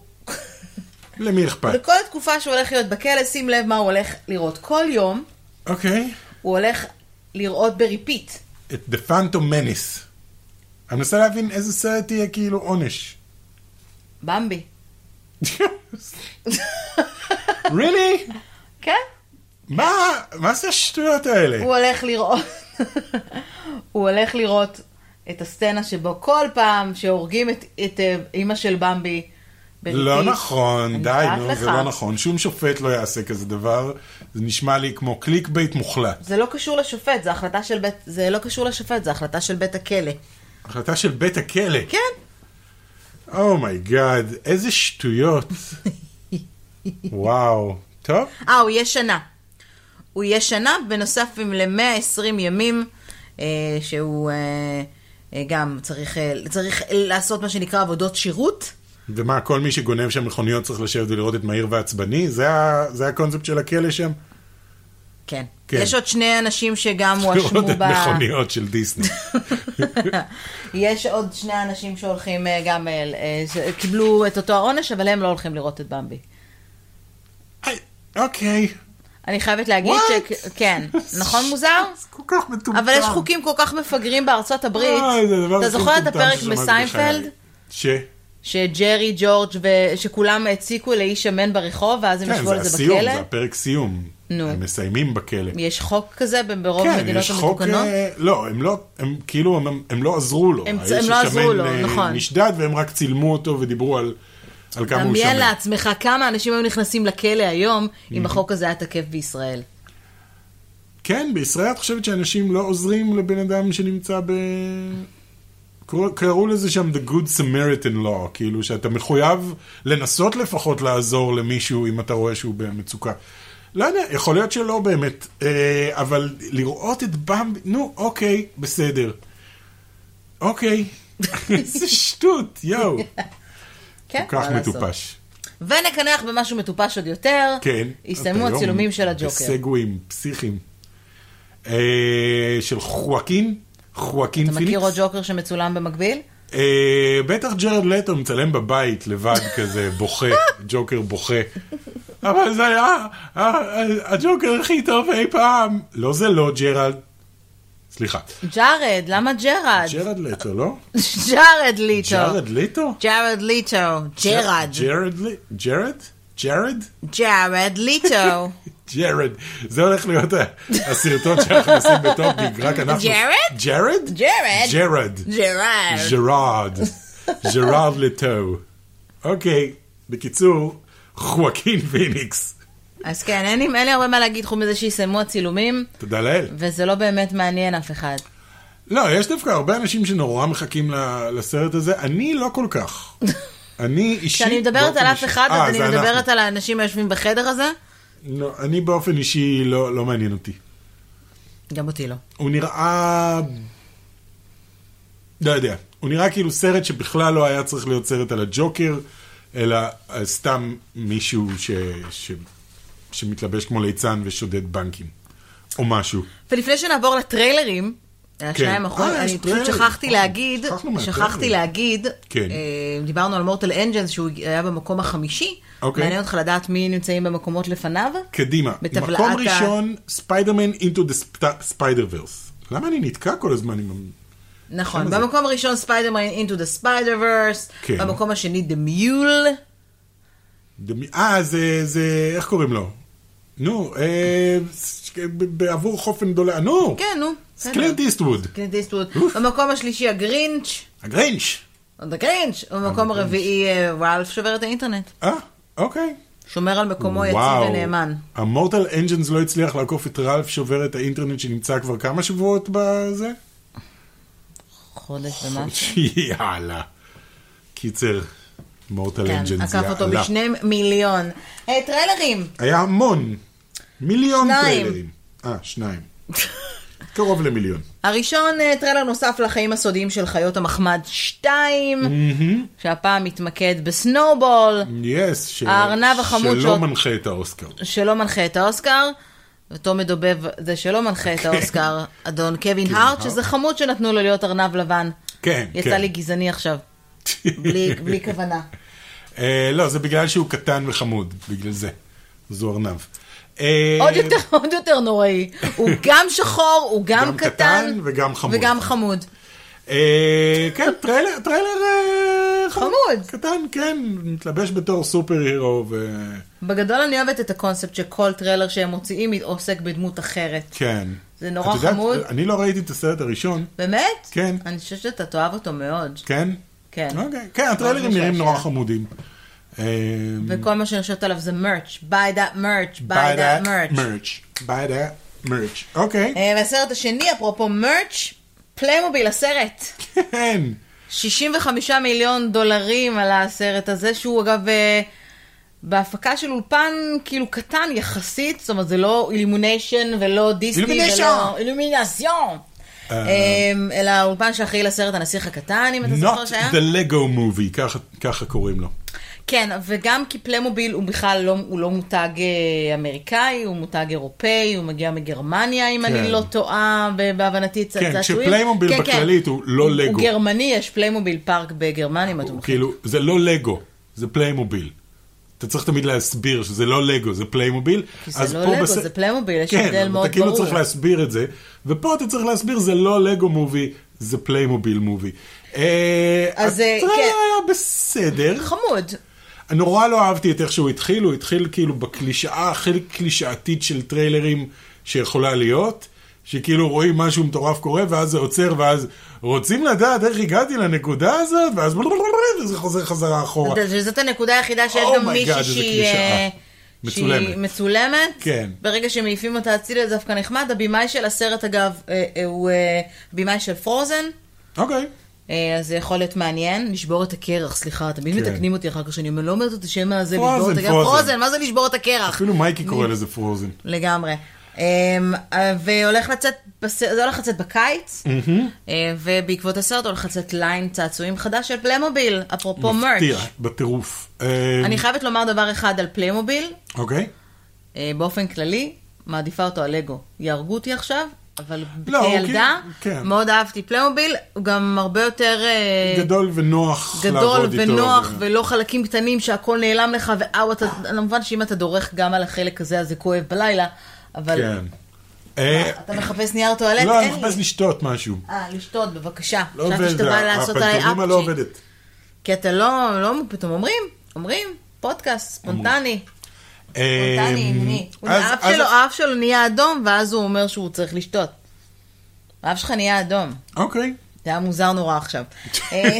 [SPEAKER 2] למי אכפת?
[SPEAKER 1] בכל התקופה שהוא הולך להיות בכלא, שים לב מה הוא הולך לראות. כל יום
[SPEAKER 2] אוקיי.
[SPEAKER 1] הוא הולך לראות בריפיט.
[SPEAKER 2] את The Phantom Menace. אני מנסה להבין איזה סרט יהיה כאילו עונש.
[SPEAKER 1] במבי.
[SPEAKER 2] really?
[SPEAKER 1] כן?
[SPEAKER 2] מה, מה זה השטויות האלה?
[SPEAKER 1] הוא הולך לראות, הוא הולך לראות את הסצנה שבו כל פעם שהורגים את, את אה, אימא של במבי, בריטית,
[SPEAKER 2] לא נכון,
[SPEAKER 1] אני
[SPEAKER 2] די,
[SPEAKER 1] יודעת
[SPEAKER 2] נו,
[SPEAKER 1] לך.
[SPEAKER 2] זה לא נכון. שום שופט לא יעשה כזה דבר. זה נשמע לי כמו קליק בייט מוחלט.
[SPEAKER 1] זה לא קשור לשופט, זה החלטה של בית, זה לא קשור לשופט, זה החלטה של בית הכלא.
[SPEAKER 2] החלטה של בית הכלא.
[SPEAKER 1] כן,
[SPEAKER 2] אומייגאד, איזה שטויות. וואו. טוב,
[SPEAKER 1] אה, הוא יהיה שנה. הוא יהיה שנה, בנוסף עם ל-120 ימים, אה, שהוא אה, אה, גם צריך, אה, צריך לעשות מה שנקרא עבודות שירות.
[SPEAKER 2] ומה, כל מי שגונב שם מכוניות צריך לשבת ולראות את מהיר ועצבני? זה ה- זה הקונספט של הכלא שם?
[SPEAKER 1] כן.
[SPEAKER 2] כן.
[SPEAKER 1] יש עוד שני אנשים שגם הואשמו
[SPEAKER 2] לראות
[SPEAKER 1] ב...
[SPEAKER 2] את מכוניות של דיסני.
[SPEAKER 1] יש עוד שני אנשים שהולכים אה, גם, אה, ל- אה, שקיבלו את אותו העונש, אבל הם לא הולכים לראות את במבי.
[SPEAKER 2] היי, אוקיי.
[SPEAKER 1] אני חייבת להגיד
[SPEAKER 2] What?
[SPEAKER 1] ש... כן. נכון מוזר?
[SPEAKER 2] זה כל כך מטומטם.
[SPEAKER 1] אבל יש חוקים כל כך מפגרים בארצות הברית.
[SPEAKER 2] אוי, זה הדבר
[SPEAKER 1] אתה
[SPEAKER 2] אה, הכי
[SPEAKER 1] זוכר את
[SPEAKER 2] מטומטם
[SPEAKER 1] הפרק
[SPEAKER 2] ששמעתי
[SPEAKER 1] מסיינפלד?
[SPEAKER 2] בחיי. ש...
[SPEAKER 1] שג'רי, ג'ורג' ושכולם הציקו לאיש שמן ברחוב, ואז הם
[SPEAKER 2] כן,
[SPEAKER 1] ישבו
[SPEAKER 2] זה
[SPEAKER 1] על זה
[SPEAKER 2] הסיום,
[SPEAKER 1] בכלא?
[SPEAKER 2] זה הפרק סיום.
[SPEAKER 1] נו.
[SPEAKER 2] הם מסיימים בכלא.
[SPEAKER 1] יש חוק כזה ב- ברוב
[SPEAKER 2] כן,
[SPEAKER 1] המדינות
[SPEAKER 2] יש חוק...
[SPEAKER 1] המתוקנות?
[SPEAKER 2] אה, לא, הם לא, הם כאילו, הם- הם לא עזרו לו.
[SPEAKER 1] הם-
[SPEAKER 2] האיש
[SPEAKER 1] הם לא עזרו
[SPEAKER 2] השמן,
[SPEAKER 1] לו,
[SPEAKER 2] אה,
[SPEAKER 1] נכון.
[SPEAKER 2] נשדד, והם רק צילמו אותו ודיברו על על כמה הוא
[SPEAKER 1] דמיין
[SPEAKER 2] שמן.
[SPEAKER 1] לעצמך כמה אנשים היו נכנסים לכלא היום, אם החוק הזה היה תקף בישראל.
[SPEAKER 2] כן, בישראל את חושבת שאנשים לא עוזרים לבן אדם שנמצא ב... קראו- קראו לזה שם The Good Samaritan Law, כאילו שאתה מחויב לנסות לפחות לעזור למישהו אם אתה רואה שהוא במצוקה. לא יודע, יכול להיות שלא באמת, אה, אבל לראות את במבי, נו, אוקיי, בסדר. אוקיי, איזה שטות, יואו.
[SPEAKER 1] כן,
[SPEAKER 2] כל כך
[SPEAKER 1] מה לעשות.
[SPEAKER 2] מטופש.
[SPEAKER 1] ונקנח במשהו מטופש עוד יותר.
[SPEAKER 2] כן.
[SPEAKER 1] הסתיימו
[SPEAKER 2] אתה היום
[SPEAKER 1] הצילומים של הג'וקר.
[SPEAKER 2] בסגווים פסיכיים. אה, של חואקין, חואקין
[SPEAKER 1] אתה
[SPEAKER 2] פיניקס.
[SPEAKER 1] מכיר עוד ג'וקר שמצולם במקביל?
[SPEAKER 2] אה, בטח ג'רד לטו מצלם בבית לבד כזה, בוכה, ג'וקר בוכה. אבל זה היה ה- ה- הג'וקר הכי טוב אי פעם. לא זה לא ג'רד. סליחה.
[SPEAKER 1] ג'ארד, למה ג'רד?
[SPEAKER 2] ג'רד לטו, לא?
[SPEAKER 1] ג'ארד ליטו.
[SPEAKER 2] ג'רד ליטו?
[SPEAKER 1] ג'ארד ליטו. ג'רד.
[SPEAKER 2] ג'רד? ל- ג'רד? ג'רד?
[SPEAKER 1] ג'ארד ליטו.
[SPEAKER 2] ג'רד, זה הולך להיות ה- הסרטון שאנחנו עושים בטופינג, רק אנחנו...
[SPEAKER 1] ג'רד?
[SPEAKER 2] ג'רד?
[SPEAKER 1] ג'רד.
[SPEAKER 2] ג'רד.
[SPEAKER 1] ג'רד.
[SPEAKER 2] ג'רארד. ג'רארד לטו. אוקיי, בקיצור, חואקין פיניקס.
[SPEAKER 1] אז כן, אין לי- אין לי הרבה מה להגיד חוץ מזה שיסיימו הצילומים,
[SPEAKER 2] תודה לאל.
[SPEAKER 1] וזה לא באמת מעניין אף אחד.
[SPEAKER 2] לא, יש דווקא הרבה אנשים שנורא מחכים ל- לסרט הזה, אני לא כל כך. אני אישית...
[SPEAKER 1] כשאני מדברת
[SPEAKER 2] באופן
[SPEAKER 1] על אף
[SPEAKER 2] אישי-
[SPEAKER 1] אחד,
[SPEAKER 2] אה,
[SPEAKER 1] אז
[SPEAKER 2] זה
[SPEAKER 1] אני מדברת
[SPEAKER 2] אנחנו.
[SPEAKER 1] על האנשים היושבים בחדר הזה.
[SPEAKER 2] לא, אני באופן אישי לא לא מעניין אותי.
[SPEAKER 1] גם אותי לא.
[SPEAKER 2] הוא נראה... לא יודע. הוא נראה כאילו סרט שבכלל לא היה צריך להיות סרט על הג'וקר, אלא על סתם מישהו ש... ש... שמתלבש כמו ליצן ושודד בנקים. או משהו.
[SPEAKER 1] ולפני שנעבור לטריילרים, השניים האחרונים,
[SPEAKER 2] אה, יש
[SPEAKER 1] אני פשוט
[SPEAKER 2] טריילרים.
[SPEAKER 1] שכחתי
[SPEAKER 2] נכון,
[SPEAKER 1] להגיד,
[SPEAKER 2] שכחנו מהטריילרים.
[SPEAKER 1] שכחתי להגיד,
[SPEAKER 2] כן.
[SPEAKER 1] אה, דיברנו על מורטל אנג'נס שהוא היה במקום החמישי,
[SPEAKER 2] אוקיי.
[SPEAKER 1] מעניין אותך לדעת מי נמצאים במקומות לפניו?
[SPEAKER 2] קדימה.
[SPEAKER 1] בטבלת
[SPEAKER 2] מקום
[SPEAKER 1] ה-
[SPEAKER 2] ראשון, ספיידרמן into the spider verse. למה אני נתקע כל הזמן עם... ה-
[SPEAKER 1] נכון,
[SPEAKER 2] שם זה.
[SPEAKER 1] במקום הראשון ספיידרמן into the spider-verse,
[SPEAKER 2] כן.
[SPEAKER 1] במקום השני The Mule,
[SPEAKER 2] דמי- אה, זה... זה... איך קוראים לו? נו, אה... ש- ב- בעבור חופן דולר... נו!
[SPEAKER 1] כן נו, בסדר. כן.
[SPEAKER 2] קלינט איסטווד.
[SPEAKER 1] קלינט איסטווד,
[SPEAKER 2] אוף.
[SPEAKER 1] במקום השלישי הגרינץ',
[SPEAKER 2] הגרינץ'.
[SPEAKER 1] The Grinch, ובמקום הרביעי אה, ראלף שובר את האינטרנט,
[SPEAKER 2] אה, אוקיי.
[SPEAKER 1] שומר על מקומו יציב
[SPEAKER 2] וואו.
[SPEAKER 1] ונאמן.
[SPEAKER 2] המורטל אנג'נס לא הצליח לעקוף את רלף שובר את האינטרנט שנמצא כבר כמה שבועות בזה?
[SPEAKER 1] חודש ומשהו.
[SPEAKER 2] יאללה. קיצר, מורטל
[SPEAKER 1] כן,
[SPEAKER 2] אנג'נס,
[SPEAKER 1] עקף אותו בשני מיליון. אה, טריילרים.
[SPEAKER 2] היה המון. מיליון
[SPEAKER 1] שניים.
[SPEAKER 2] טריילרים. אה, שניים. קרוב למיליון.
[SPEAKER 1] הראשון, אה, טריילר נוסף לחיים הסודיים של חיות המחמד 2, שהפעם מתמקד בסנואובול,
[SPEAKER 2] יס, ש...
[SPEAKER 1] הארנב החמוד
[SPEAKER 2] שלא
[SPEAKER 1] שעוד-
[SPEAKER 2] מנחה את האוסקר.
[SPEAKER 1] שלא מנחה את האוסקר, ותום מדובב זה שלא מנחה את האוסקר, אדון אוקיי. קווין הארט, שזה חמוד שנתנו לו להיות ארנב לבן.
[SPEAKER 2] כן,
[SPEAKER 1] יצא
[SPEAKER 2] כן.
[SPEAKER 1] לי גזעני עכשיו, בלי בלי כוונה.
[SPEAKER 2] אה, לא, זה בגלל שהוא קטן וחמוד, בגלל זה. זו ארנב. אה,
[SPEAKER 1] עוד יותר, עוד יותר נוראי. הוא גם שחור, הוא גם
[SPEAKER 2] גם קטן
[SPEAKER 1] קטן,
[SPEAKER 2] וגם חמוד.
[SPEAKER 1] וגם חמוד.
[SPEAKER 2] אה, כן, טריילר, טריילר אה,
[SPEAKER 1] חמוד.
[SPEAKER 2] קטן, כן, מתלבש בתור סופר הירו, ו...
[SPEAKER 1] בגדול אני אוהבת את הקונספט שכל טריילר שהם מוציאים עוסק בדמות אחרת.
[SPEAKER 2] כן.
[SPEAKER 1] זה נורא
[SPEAKER 2] את יודעת,
[SPEAKER 1] חמוד.
[SPEAKER 2] אני לא ראיתי את הסרט הראשון,
[SPEAKER 1] באמת?
[SPEAKER 2] כן.
[SPEAKER 1] אני חושבת שאתה תאהב אותו מאוד.
[SPEAKER 2] כן?
[SPEAKER 1] כן.
[SPEAKER 2] אוקיי, כן, הטריילרים
[SPEAKER 1] ממש
[SPEAKER 2] נראים נורא
[SPEAKER 1] משעשע.
[SPEAKER 2] חמודים. אה,
[SPEAKER 1] וכל מה שאני חושבת עליו זה מרץ', buy that merch, buy
[SPEAKER 2] buy
[SPEAKER 1] that
[SPEAKER 2] that
[SPEAKER 1] merch.
[SPEAKER 2] merch. buy that merch. אוקיי.
[SPEAKER 1] אה, והסרט השני, אפרופו מרץ', פליימוביל הסרט.
[SPEAKER 2] כן.
[SPEAKER 1] 65 מיליון דולרים על הסרט הזה, שהוא אגב אה, בהפקה של אולפן כאילו קטן יחסית, זאת אומרת זה לא אילימוניישן ולא דיסני
[SPEAKER 2] Illumination. אה.
[SPEAKER 1] ולא אילומינסיון, אלא האולפן שאחראי לסרט הנסיך הקטן, אם אתה זוכר
[SPEAKER 2] Not
[SPEAKER 1] שהיה.
[SPEAKER 2] the Lego movie, ככה- ככה קוראים לו.
[SPEAKER 1] כן, וגם כי פליימוביל הוא בכלל לא, הוא לא מותג אה, אמריקאי, הוא מותג אירופאי, הוא מגיע מגרמניה, אם
[SPEAKER 2] כן.
[SPEAKER 1] אני לא טועה, ב- בהבנתי צ-
[SPEAKER 2] כן,
[SPEAKER 1] צעצועים.
[SPEAKER 2] כשפליימוביל בכללית הוא לא לגו.
[SPEAKER 1] הוא גרמני, יש פליימוביל פארק בגרמניה, אם אתה
[SPEAKER 2] הוא
[SPEAKER 1] מכיר.
[SPEAKER 2] כאילו, זה לא לגו, זה פליימוביל. אתה צריך תמיד להסביר שזה לא לגו, זה פליימוביל.
[SPEAKER 1] כי זה לא לגו, זה פליימוביל, יש הבדל
[SPEAKER 2] כן,
[SPEAKER 1] מאוד
[SPEAKER 2] אבל אתה כאילו
[SPEAKER 1] ברור.
[SPEAKER 2] צריך להסביר את זה, ופה אתה צריך להסביר, זה לא לגו מובי, זה פליימוביל מובי. אה,
[SPEAKER 1] אז, אה,
[SPEAKER 2] הטריילר
[SPEAKER 1] כן.
[SPEAKER 2] היה בסדר.
[SPEAKER 1] חמוד.
[SPEAKER 2] נורא לא אהבתי את איך שהוא התחיל, הוא התחיל כאילו בקלישאה הכי קלישאתית של טריילרים שיכולה להיות, שכאילו רואים משהו מטורף קורה, ואז זה עוצר, ואז רוצים לדעת איך הגעתי לנקודה הזאת, ואז וזה חוזר חזרה אחורה.
[SPEAKER 1] אתה יודע שזאת הנקודה היחידה שיש
[SPEAKER 2] Oh
[SPEAKER 1] גם
[SPEAKER 2] my
[SPEAKER 1] מישהי
[SPEAKER 2] God, איזה
[SPEAKER 1] שהיא...
[SPEAKER 2] קלישאה.
[SPEAKER 1] אה,
[SPEAKER 2] מצולמת.
[SPEAKER 1] שהיא מצולמת,
[SPEAKER 2] כן.
[SPEAKER 1] ברגע שמעיפים אותה הצידה זה דווקא נחמד, הבמאי של הסרט אגב אה, אה, הוא אה, הבמאי של פרוזן,
[SPEAKER 2] אוקיי.
[SPEAKER 1] אה, אז זה יכול להיות מעניין, לשבור את הקרח, סליחה, תמיד
[SPEAKER 2] כן.
[SPEAKER 1] מתקנים אותי אחר כך שאני אומר, לא אומרת את השם הזה,
[SPEAKER 2] פרוזן,
[SPEAKER 1] לשבור את הקרח,
[SPEAKER 2] פרוזן.
[SPEAKER 1] פרוזן, מה זה לשבור את הקרח?
[SPEAKER 2] אפילו מייקי קורא לזה פרוזן.
[SPEAKER 1] לגמרי. אמ, אה, והולך לצאת, בס- זה הולך לצאת בקיץ, אה, ובעקבות הסרט הולך לצאת ליין צעצועים חדש של פליימוביל, אפרופו מרץ'.
[SPEAKER 2] מפתיע, בטירוף. אה,
[SPEAKER 1] אני חייבת לומר דבר אחד על פליימוביל,
[SPEAKER 2] אוקיי.
[SPEAKER 1] אה, באופן כללי, מעדיפה אותו על לגו. יהרגו אותי עכשיו, אבל
[SPEAKER 2] לא, הוא
[SPEAKER 1] כילדה,
[SPEAKER 2] כאילו- כן.
[SPEAKER 1] מאוד אהבתי פליימוביל, הוא גם הרבה יותר... אה,
[SPEAKER 2] גדול ונוח
[SPEAKER 1] גדול
[SPEAKER 2] לעבוד איתו. כן.
[SPEAKER 1] ונוח
[SPEAKER 2] ו-
[SPEAKER 1] ולא חלקים קטנים שהכל נעלם לך ואו אתה, כמובן שאם אתה דורך גם על החלק הזה אז זה כואב בלילה, אבל
[SPEAKER 2] כן. אה,
[SPEAKER 1] אתה מחפש נייר טואלט?
[SPEAKER 2] לא, אני
[SPEAKER 1] אין לי.
[SPEAKER 2] מחפש לשתות משהו.
[SPEAKER 1] אה, לשתות, בבקשה.
[SPEAKER 2] לא
[SPEAKER 1] חשבתי
[SPEAKER 2] עובד,
[SPEAKER 1] שאתה בא לעשות עליי
[SPEAKER 2] הפנטומימה לא
[SPEAKER 1] אפצ'י.
[SPEAKER 2] עובדת.
[SPEAKER 1] כי אתה לא, לא, פתאום אומרים, אומרים, פודקאסט, ספונטני. ספונטני, ענייני. הוא-
[SPEAKER 2] אמ,
[SPEAKER 1] לא-
[SPEAKER 2] אז-
[SPEAKER 1] האף
[SPEAKER 2] אז-
[SPEAKER 1] שלו, האף שלו נהיה אדום, ואז הוא אומר שהוא צריך לשתות. האף שלך נהיה אדום.
[SPEAKER 2] אוקיי.
[SPEAKER 1] זה היה מוזר נורא עכשיו. אה,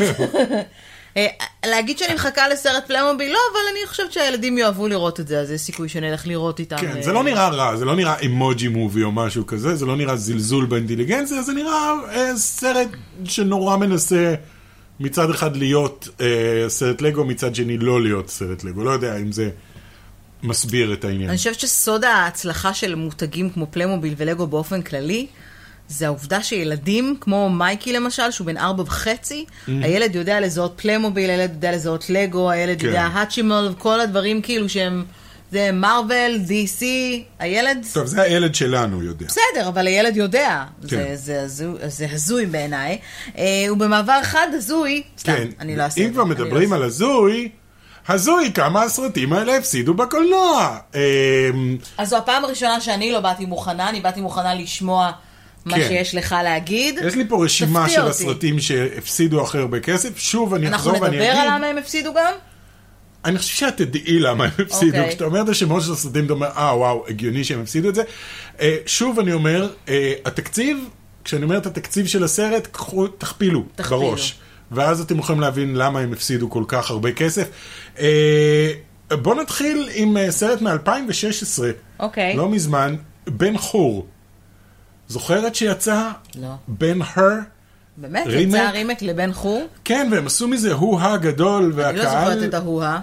[SPEAKER 1] אה, להגיד שאני מחכה לסרט פליימוביל, לא, אבל אני חושבת שהילדים יאהבו לראות את זה, אז יש סיכוי שנלך לראות איתם.
[SPEAKER 2] כן,
[SPEAKER 1] אה,
[SPEAKER 2] זה לא נראה רע, זה לא נראה אימוג'י מובי או משהו כזה, זה לא נראה זלזול באינטליגנציה, זה נראה אה, סרט שנורא מנסה מצד אחד להיות אה, סרט לגו, מצד שני לא להיות סרט לגו. לא יודע אם זה מסביר את העניין.
[SPEAKER 1] אני חושבת שסוד ההצלחה של מותגים כמו פליימוביל ולגו באופן כללי, זה העובדה שילדים, כמו מייקי למשל, שהוא בן ארבע וחצי,
[SPEAKER 2] Mm-hmm.
[SPEAKER 1] הילד יודע לזהות פליימוביל, הילד יודע לזהות לגו, הילד
[SPEAKER 2] כן.
[SPEAKER 1] יודע האצ'ימל, כל הדברים כאילו שהם, זה מרוויל, DC, הילד,
[SPEAKER 2] טוב, זה הילד שלנו יודע.
[SPEAKER 1] בסדר, אבל הילד יודע. זה-
[SPEAKER 2] כן.
[SPEAKER 1] זה הזוי- זה הזוי בעיניי. אה, ובמעבר חד הזוי, סתם,
[SPEAKER 2] כן,
[SPEAKER 1] אני לא אעשה
[SPEAKER 2] אם
[SPEAKER 1] את זה.
[SPEAKER 2] כבר
[SPEAKER 1] אני לא
[SPEAKER 2] מדברים
[SPEAKER 1] אעשה.
[SPEAKER 2] על הזוי, הזוי כמה הסרטים האלה הפסידו בקולנוע. אה,
[SPEAKER 1] אז זו הפעם הראשונה שאני לא באתי מוכנה, אני באתי מוכנה לשמוע מה
[SPEAKER 2] כן.
[SPEAKER 1] שיש לך להגיד.
[SPEAKER 2] יש לי פה רשימה
[SPEAKER 1] תפתיע
[SPEAKER 2] של
[SPEAKER 1] אותי.
[SPEAKER 2] הסרטים שהפסידו הכי הרבה כסף. שוב, אני
[SPEAKER 1] אנחנו
[SPEAKER 2] אחזור ואני אגיד.
[SPEAKER 1] נדבר על למה הם הפסידו גם?
[SPEAKER 2] אני חושב שאת תדעי למה הם הפסידו.
[SPEAKER 1] אוקיי.
[SPEAKER 2] כשאתה אומר את השמות של הסרטים, אתה אומר, אה, וואו, הגיוני שהם הפסידו את זה. אה, שוב, אני אומר, אה, התקציב, כשאני אומר את התקציב של הסרט, קחו, תכפילו,
[SPEAKER 1] תכפילו.
[SPEAKER 2] בראש. ואז אתם יכולים להבין למה הם הפסידו כל כך הרבה כסף. אה, בואו נתחיל עם אה, סרט מ-2016,
[SPEAKER 1] אוקיי.
[SPEAKER 2] לא מזמן, בן חור. זוכרת שיצא?
[SPEAKER 1] לא.
[SPEAKER 2] בן הר?
[SPEAKER 1] באמת?
[SPEAKER 2] רימק?
[SPEAKER 1] יצא רימק לבן חור?
[SPEAKER 2] כן, והם עשו מזה הו-הא גדול, והקהל...
[SPEAKER 1] אני לא זוכרת את ההוא-הה.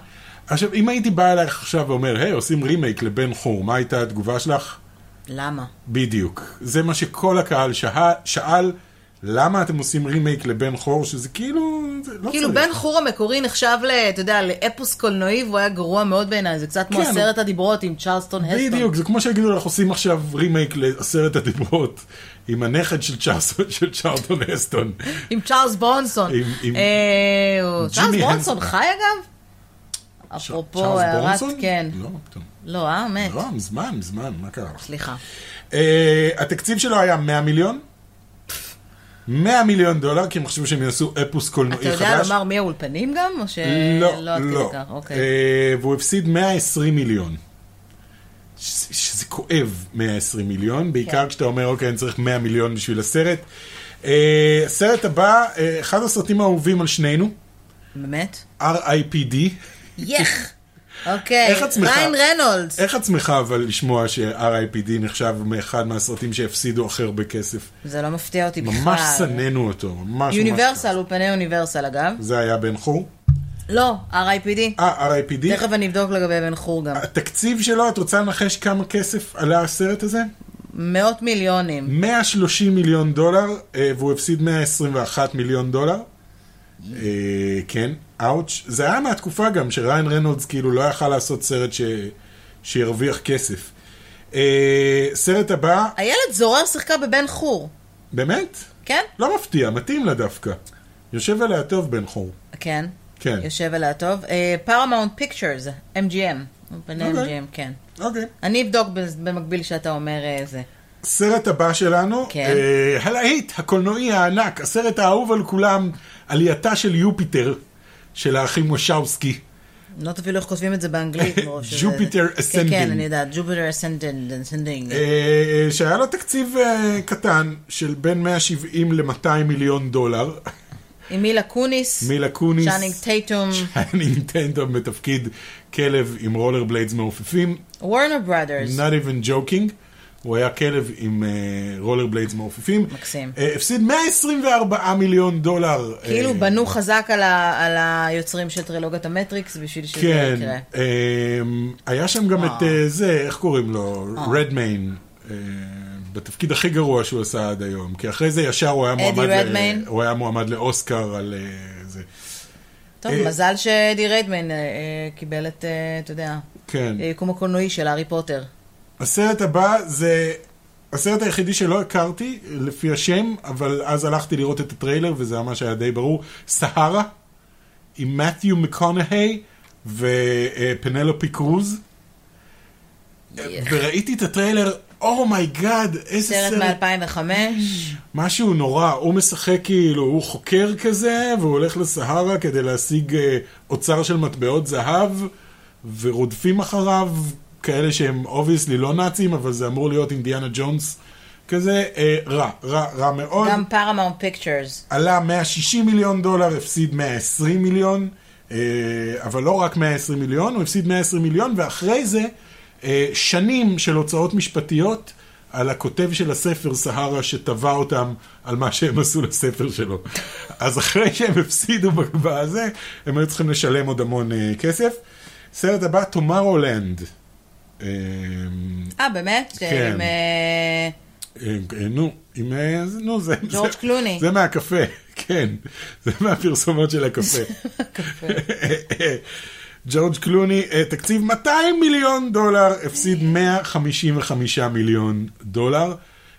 [SPEAKER 2] עכשיו, אם הייתי בא אלייך עכשיו ואומר, היי, עושים רימייק לבן חור, מה הייתה התגובה שלך?
[SPEAKER 1] למה?
[SPEAKER 2] לא בדיוק. זה מה שכל הקהל שה... שאל, למה אתם עושים רימייק לבן חור, שזה כאילו... זה לא
[SPEAKER 1] כאילו
[SPEAKER 2] צריך.
[SPEAKER 1] בן חור המקורי נחשב ל... אתה יודע, לאפוס קולנועי, והוא היה גרוע מאוד בעיניי, זה קצת כמו
[SPEAKER 2] כן,
[SPEAKER 1] עשרת הדברות עם צ'רלסטון הסטון.
[SPEAKER 2] בדיוק, זה כמו שיגידו לך, עושים עכשיו רימייק לעשרת הדיברות עם הנכד של צ'רלסון- של צ'רלטון הסטון.
[SPEAKER 1] עם צ'ארלס ברונסון.
[SPEAKER 2] עם- עם-
[SPEAKER 1] אה, הוא- צ'ארלס
[SPEAKER 2] ג'ימי
[SPEAKER 1] ברונסון
[SPEAKER 2] הנסון.
[SPEAKER 1] חי אגב? אפרופו
[SPEAKER 2] צ'רלס
[SPEAKER 1] הערת,
[SPEAKER 2] ברונסון?
[SPEAKER 1] כן.
[SPEAKER 2] לא, פתאום.
[SPEAKER 1] לא, אה, מת.
[SPEAKER 2] לא, מזמן, מזמן, מה קרה לך?
[SPEAKER 1] סליחה.
[SPEAKER 2] אה, התקציב שלו היה 100 מיליון? 100 מיליון דולר, כי הם חשבו שהם יעשו אפוס קולנועי
[SPEAKER 1] אתה
[SPEAKER 2] חדש.
[SPEAKER 1] יודע לומר מי האולפנים גם? או ש...
[SPEAKER 2] לא,
[SPEAKER 1] עד כדי
[SPEAKER 2] לא.
[SPEAKER 1] כך? אוקיי.
[SPEAKER 2] אה, והוא הפסיד 120 מיליון. ש- שזה כואב, 120 מיליון, בעיקר
[SPEAKER 1] כן.
[SPEAKER 2] כשאתה אומר, אוקיי, אני צריך 100 מיליון בשביל הסרט. אה, הסרט הבא, אה, אחד הסרטים האהובים על שנינו,
[SPEAKER 1] באמת?
[SPEAKER 2] R.I.P.D.
[SPEAKER 1] יך! אוקיי.
[SPEAKER 2] איך את שמחה?
[SPEAKER 1] ריין רנולדס.
[SPEAKER 2] איך את שמחה אבל לשמוע ש-R.I.P.D. נחשב מאחד מהסרטים שהפסידו הכי הרבה כסף?
[SPEAKER 1] זה לא מפתיע אותי בכלל.
[SPEAKER 2] ממש שנאנו אותו, ממש ממש.
[SPEAKER 1] יוניברסל, אולפני יוניברסל אגב.
[SPEAKER 2] זה היה בן חור?
[SPEAKER 1] לא, RIPD.
[SPEAKER 2] אה, R.I.P.D.
[SPEAKER 1] תכף אני אבדוק לגבי בן חור גם.
[SPEAKER 2] התקציב שלו, את רוצה לנחש כמה כסף עלה הסרט הזה?
[SPEAKER 1] מאות מיליונים.
[SPEAKER 2] 130 מיליון דולר, אה, והוא הפסיד 121 מיליון דולר. אה, כן, אאוץ'. זה היה מהתקופה גם שריין רנולדס כאילו לא יכל לעשות סרט ש... שירוויח כסף. אה, סרט הבא,
[SPEAKER 1] איילת זורר שיחקה בבן חור,
[SPEAKER 2] באמת?
[SPEAKER 1] כן?
[SPEAKER 2] לא מפתיע, מתאים לה דווקא. יושב עליה טוב בן חור.
[SPEAKER 1] כן.
[SPEAKER 2] כן.
[SPEAKER 1] יושב אה, עליה טוב. פרמאונט פיקצ'רס, MGM. אולפני
[SPEAKER 2] אוקיי.
[SPEAKER 1] MGM, כן.
[SPEAKER 2] אוקיי.
[SPEAKER 1] אני אבדוק בז- במקביל שאתה אומר אה, זה.
[SPEAKER 2] הסרט הבא שלנו,
[SPEAKER 1] כן.
[SPEAKER 2] אה, הלהיט, הקולנועי הענק, הסרט האהוב על כולם, עלייתה של יופיטר, של האחים וושאוסקי.
[SPEAKER 1] אני לא יודעת אפילו איך כותבים את זה באנגלית. מרוב שזה-
[SPEAKER 2] Jupiter
[SPEAKER 1] כן, כן,
[SPEAKER 2] Ascending.
[SPEAKER 1] אני יודעת, ג'ופיטר אסנדנד, אסנדינג.
[SPEAKER 2] אה, שהיה לו תקציב אה, קטן של בין 170 ל-200 מיליון דולר. אה,
[SPEAKER 1] עם מילה קוניס.
[SPEAKER 2] מילה קוניס.
[SPEAKER 1] צ'אנינג טייטום.
[SPEAKER 2] נינטנדו בתפקיד כלב עם רולר בליידס מעופפים.
[SPEAKER 1] וורנר ברודרס.
[SPEAKER 2] Not even joking. הוא היה כלב עם אה, רולר בליידס מעופפים.
[SPEAKER 1] מקסים.
[SPEAKER 2] אה, הפסיד 124 מיליון דולר.
[SPEAKER 1] כאילו
[SPEAKER 2] אה,
[SPEAKER 1] בנו חזק על ה- על היוצרים של טרילוגיית המטריקס בשביל שזה יקרה.
[SPEAKER 2] כן. אה, היה שם גם את אה, זה, איך קוראים לו? רדמיין. אה, בתפקיד הכי גרוע שהוא עשה עד היום, כי אחרי זה ישר הוא היה
[SPEAKER 1] אדי
[SPEAKER 2] מועמד, ל-
[SPEAKER 1] רדמיין.
[SPEAKER 2] הוא היה מועמד לאוסקר על אה, זה.
[SPEAKER 1] טוב,
[SPEAKER 2] אה,
[SPEAKER 1] מזל שאדי ריידמן אה, אה, קיבל את, אה, אתה יודע,
[SPEAKER 2] כן.
[SPEAKER 1] היקום הקולנועי של הארי פוטר.
[SPEAKER 2] אה, הסרט הבא זה הסרט היחידי שלא הכרתי, לפי השם, אבל אז הלכתי לראות את הטריילר, וזה ממש היה די ברור, סהרה, עם מת'יו מקונהי ופנלופי קרוז.
[SPEAKER 1] אה.
[SPEAKER 2] וראיתי את הטריילר, אומייגאד, איזה
[SPEAKER 1] סרט
[SPEAKER 2] סרט
[SPEAKER 1] מ-2005,
[SPEAKER 2] משהו נורא, הוא משחק כאילו, הוא חוקר כזה, והוא הולך לסהרה כדי להשיג אה, אוצר של מטבעות זהב, ורודפים אחריו כאלה שהם אובייסלי לא נאצים, אבל זה אמור להיות אינדיאנה ג'ונס כזה, אה, רע, רע, רע מאוד.
[SPEAKER 1] גם פרמאונט פיקצ'רס.
[SPEAKER 2] עלה 160 מיליון דולר, הפסיד 120 מיליון, אה, אבל לא רק 120 מיליון, הוא הפסיד 120 מיליון, ואחרי זה אה, שנים של הוצאות משפטיות על הכותב של הספר, סהרה, שתבע אותם על מה שהם עשו לספר שלו. אז אחרי שהם הפסידו בזה, הם היו צריכים לשלם עוד המון אה, כסף. סרט הבא, טומארולנד. אה,
[SPEAKER 1] אה, באמת?
[SPEAKER 2] כן.
[SPEAKER 1] עם, אה,
[SPEAKER 2] אה, אה, נו, עם אה, זה- נו, זה...
[SPEAKER 1] ג'ורג'
[SPEAKER 2] זה-
[SPEAKER 1] קלוני.
[SPEAKER 2] זה מהקפה, כן. זה מהפרסומות של הקפה. ג'ורג' קלוני, אה, תקציב 200 מיליון דולר,
[SPEAKER 1] אה.
[SPEAKER 2] הפסיד 155 מיליון דולר.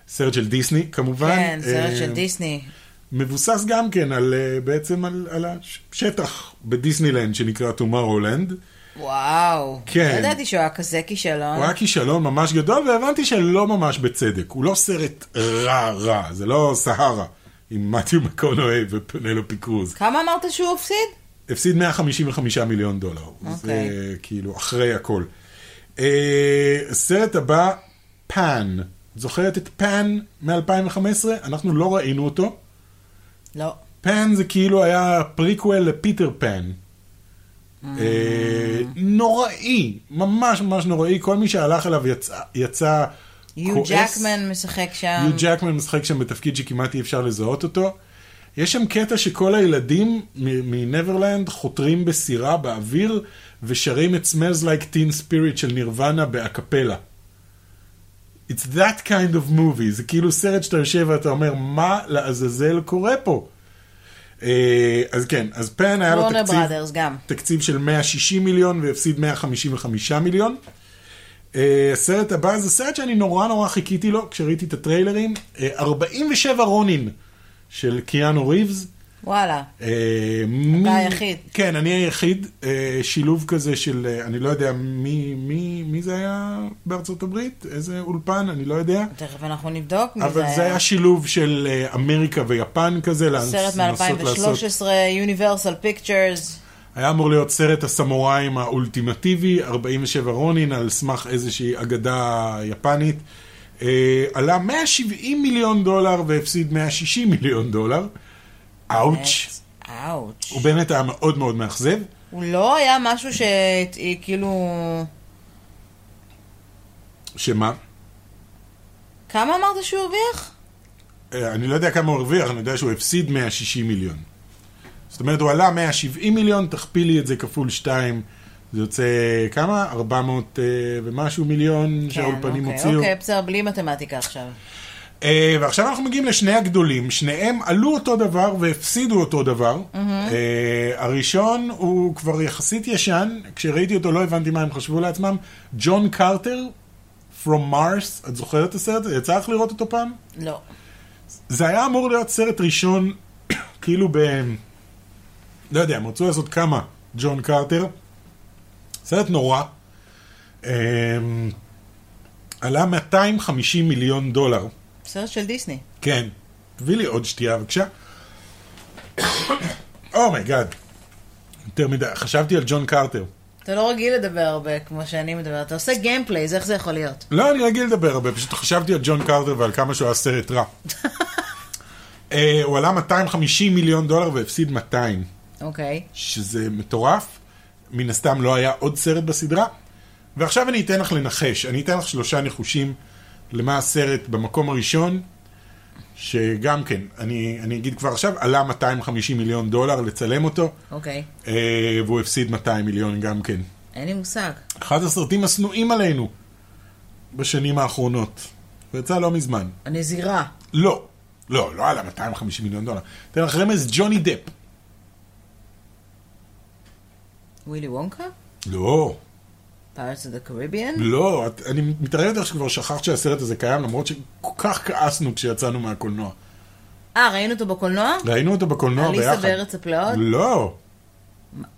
[SPEAKER 2] סרט של דיסני, כמובן.
[SPEAKER 1] כן, סרט
[SPEAKER 2] אה,
[SPEAKER 1] של דיסני.
[SPEAKER 2] מבוסס גם כן על, אה, בעצם על, על השטח בדיסנילנד שנקרא טומארולנד.
[SPEAKER 1] וואו.
[SPEAKER 2] כן.
[SPEAKER 1] לא ידעתי שהוא היה כזה כישלון.
[SPEAKER 2] הוא היה כישלון ממש גדול, והבנתי שלא ממש בצדק. הוא לא סרט רע רע, זה לא סהרה עם מתיו מקונוי ופנלופי קרוז.
[SPEAKER 1] כמה אמרת שהוא הפסיד?
[SPEAKER 2] הפסיד 155 מיליון דולר.
[SPEAKER 1] אוקיי.
[SPEAKER 2] זה כאילו אחרי הכל. אה, סרט הבא, פן. זוכרת את פן מ-2015? אנחנו לא ראינו אותו.
[SPEAKER 1] לא.
[SPEAKER 2] פן זה כאילו היה פריקוול לפיטר פן. אה, נוראי, ממש ממש נוראי, כל מי שהלך אליו יצא, יצא
[SPEAKER 1] יו
[SPEAKER 2] כועס.
[SPEAKER 1] ג'קמן משחק שם.
[SPEAKER 2] יו ג'קמן משחק שם בתפקיד שכמעט אי אפשר לזהות אותו. יש שם קטע שכל הילדים מ- מנברלנד חותרים בסירה באוויר ושרים את Smells Like Teen Spirit של נירוונה באקפלה. It's that kind of movie, זה כאילו סרט שאתה יושב ואתה אומר, מה לעזאזל קורה פה? אה, אז כן, אז פן היה לו
[SPEAKER 1] וורנר
[SPEAKER 2] תקציב,
[SPEAKER 1] בראדרס גם.
[SPEAKER 2] תקציב של 160 מיליון והפסיד 155 מיליון. אה, הסרט הבא זה סרט שאני נורא נורא חיכיתי לו כשראיתי את הטריילרים, אה, 47 רונין של קיאנו ריבס.
[SPEAKER 1] וואלה.
[SPEAKER 2] אה, מ-
[SPEAKER 1] היחיד.
[SPEAKER 2] כן, אני היחיד. אה, שילוב כזה של, אה, אני לא יודע מי, מי, מי זה היה בארצות הברית, איזה אולפן, אני לא יודע.
[SPEAKER 1] תכף אנחנו נבדוק. מי
[SPEAKER 2] אבל זה היה שילוב של אה, אמריקה ויפן כזה, לנס-
[SPEAKER 1] סרט
[SPEAKER 2] לנסות לעשות
[SPEAKER 1] מ-2013, Universal Pictures.
[SPEAKER 2] היה אמור להיות סרט הסמוראים האולטימטיבי, 47 רונין, על סמך איזושהי אגדה יפנית. אה, עלה 170 מיליון דולר והפסיד 160 מיליון דולר. אאוץ'.
[SPEAKER 1] אאוץ'.
[SPEAKER 2] הוא באמת היה מאוד מאוד מאכזב.
[SPEAKER 1] הוא לא היה משהו כאילו- שכאילו...
[SPEAKER 2] שמה?
[SPEAKER 1] כמה אמרת שהוא הרוויח?
[SPEAKER 2] אה, אני לא יודע כמה הוא הרוויח, אני יודע שהוא הפסיד 160 מיליון. זאת אומרת, הוא עלה 170 מיליון, תכפילי את זה כפול 2, זה יוצא כמה? 400 אה, ומשהו מיליון כן, שהאולפנים
[SPEAKER 1] אוקיי,
[SPEAKER 2] הוציאו.
[SPEAKER 1] אוקיי, בסדר, בלי מתמטיקה עכשיו.
[SPEAKER 2] אה, ועכשיו אנחנו מגיעים לשני הגדולים, שניהם עלו אותו דבר והפסידו אותו דבר. אה, הראשון הוא כבר יחסית ישן, כשראיתי אותו לא הבנתי מה הם חשבו לעצמם, ג'ון קרטר, From Mars, את זוכרת את הסרט? הזה? יצא לך לראות אותו פעם?
[SPEAKER 1] לא.
[SPEAKER 2] זה היה אמור להיות סרט ראשון, כאילו ב... לא יודע, הם רצו לעשות כמה, ג'ון קרטר. סרט נורא. אה, עלה 250 מיליון דולר.
[SPEAKER 1] סרט של דיסני.
[SPEAKER 2] כן. תביא לי עוד שתייה, בבקשה. אומייגאד. יותר מדי, חשבתי על ג'ון קרטר.
[SPEAKER 1] אתה לא רגיל לדבר הרבה כמו שאני מדברת. אתה עושה גיימפליי, אז איך זה יכול להיות?
[SPEAKER 2] לא, אני רגיל לדבר הרבה, פשוט חשבתי על ג'ון קרטר ועל כמה שהוא היה סרט רע. אה, הוא עלה 250 מיליון דולר והפסיד 200,
[SPEAKER 1] אוקיי.
[SPEAKER 2] שזה מטורף. מן הסתם לא היה עוד סרט בסדרה. ועכשיו אני אתן לך לנחש, אני אתן לך שלושה ניחושים למה הסרט במקום הראשון, שגם כן, אני, אני אגיד כבר עכשיו, עלה 250 מיליון דולר לצלם אותו,
[SPEAKER 1] אוקיי.
[SPEAKER 2] אה, והוא הפסיד 200 מיליון גם כן.
[SPEAKER 1] אין לי מושג.
[SPEAKER 2] אחד הסרטים השנואים עלינו בשנים האחרונות. הוא יצא לא מזמן.
[SPEAKER 1] אני זירה.
[SPEAKER 2] לא, לא, לא עלה 250 מיליון דולר. אתן לך רמז, ג'וני דפ.
[SPEAKER 1] ווילי וונקה?
[SPEAKER 2] לא,
[SPEAKER 1] Pirates of the Caribbean?
[SPEAKER 2] לא, את, אני מתערב לך שכבר שכחת שהסרט הזה קיים, למרות שכל כך כעסנו כשיצאנו מהקולנוע.
[SPEAKER 1] אה, ראינו אותו בקולנוע?
[SPEAKER 2] ראינו אותו בקולנוע ביחד.
[SPEAKER 1] אליסה בארץ הפלאות?
[SPEAKER 2] לא.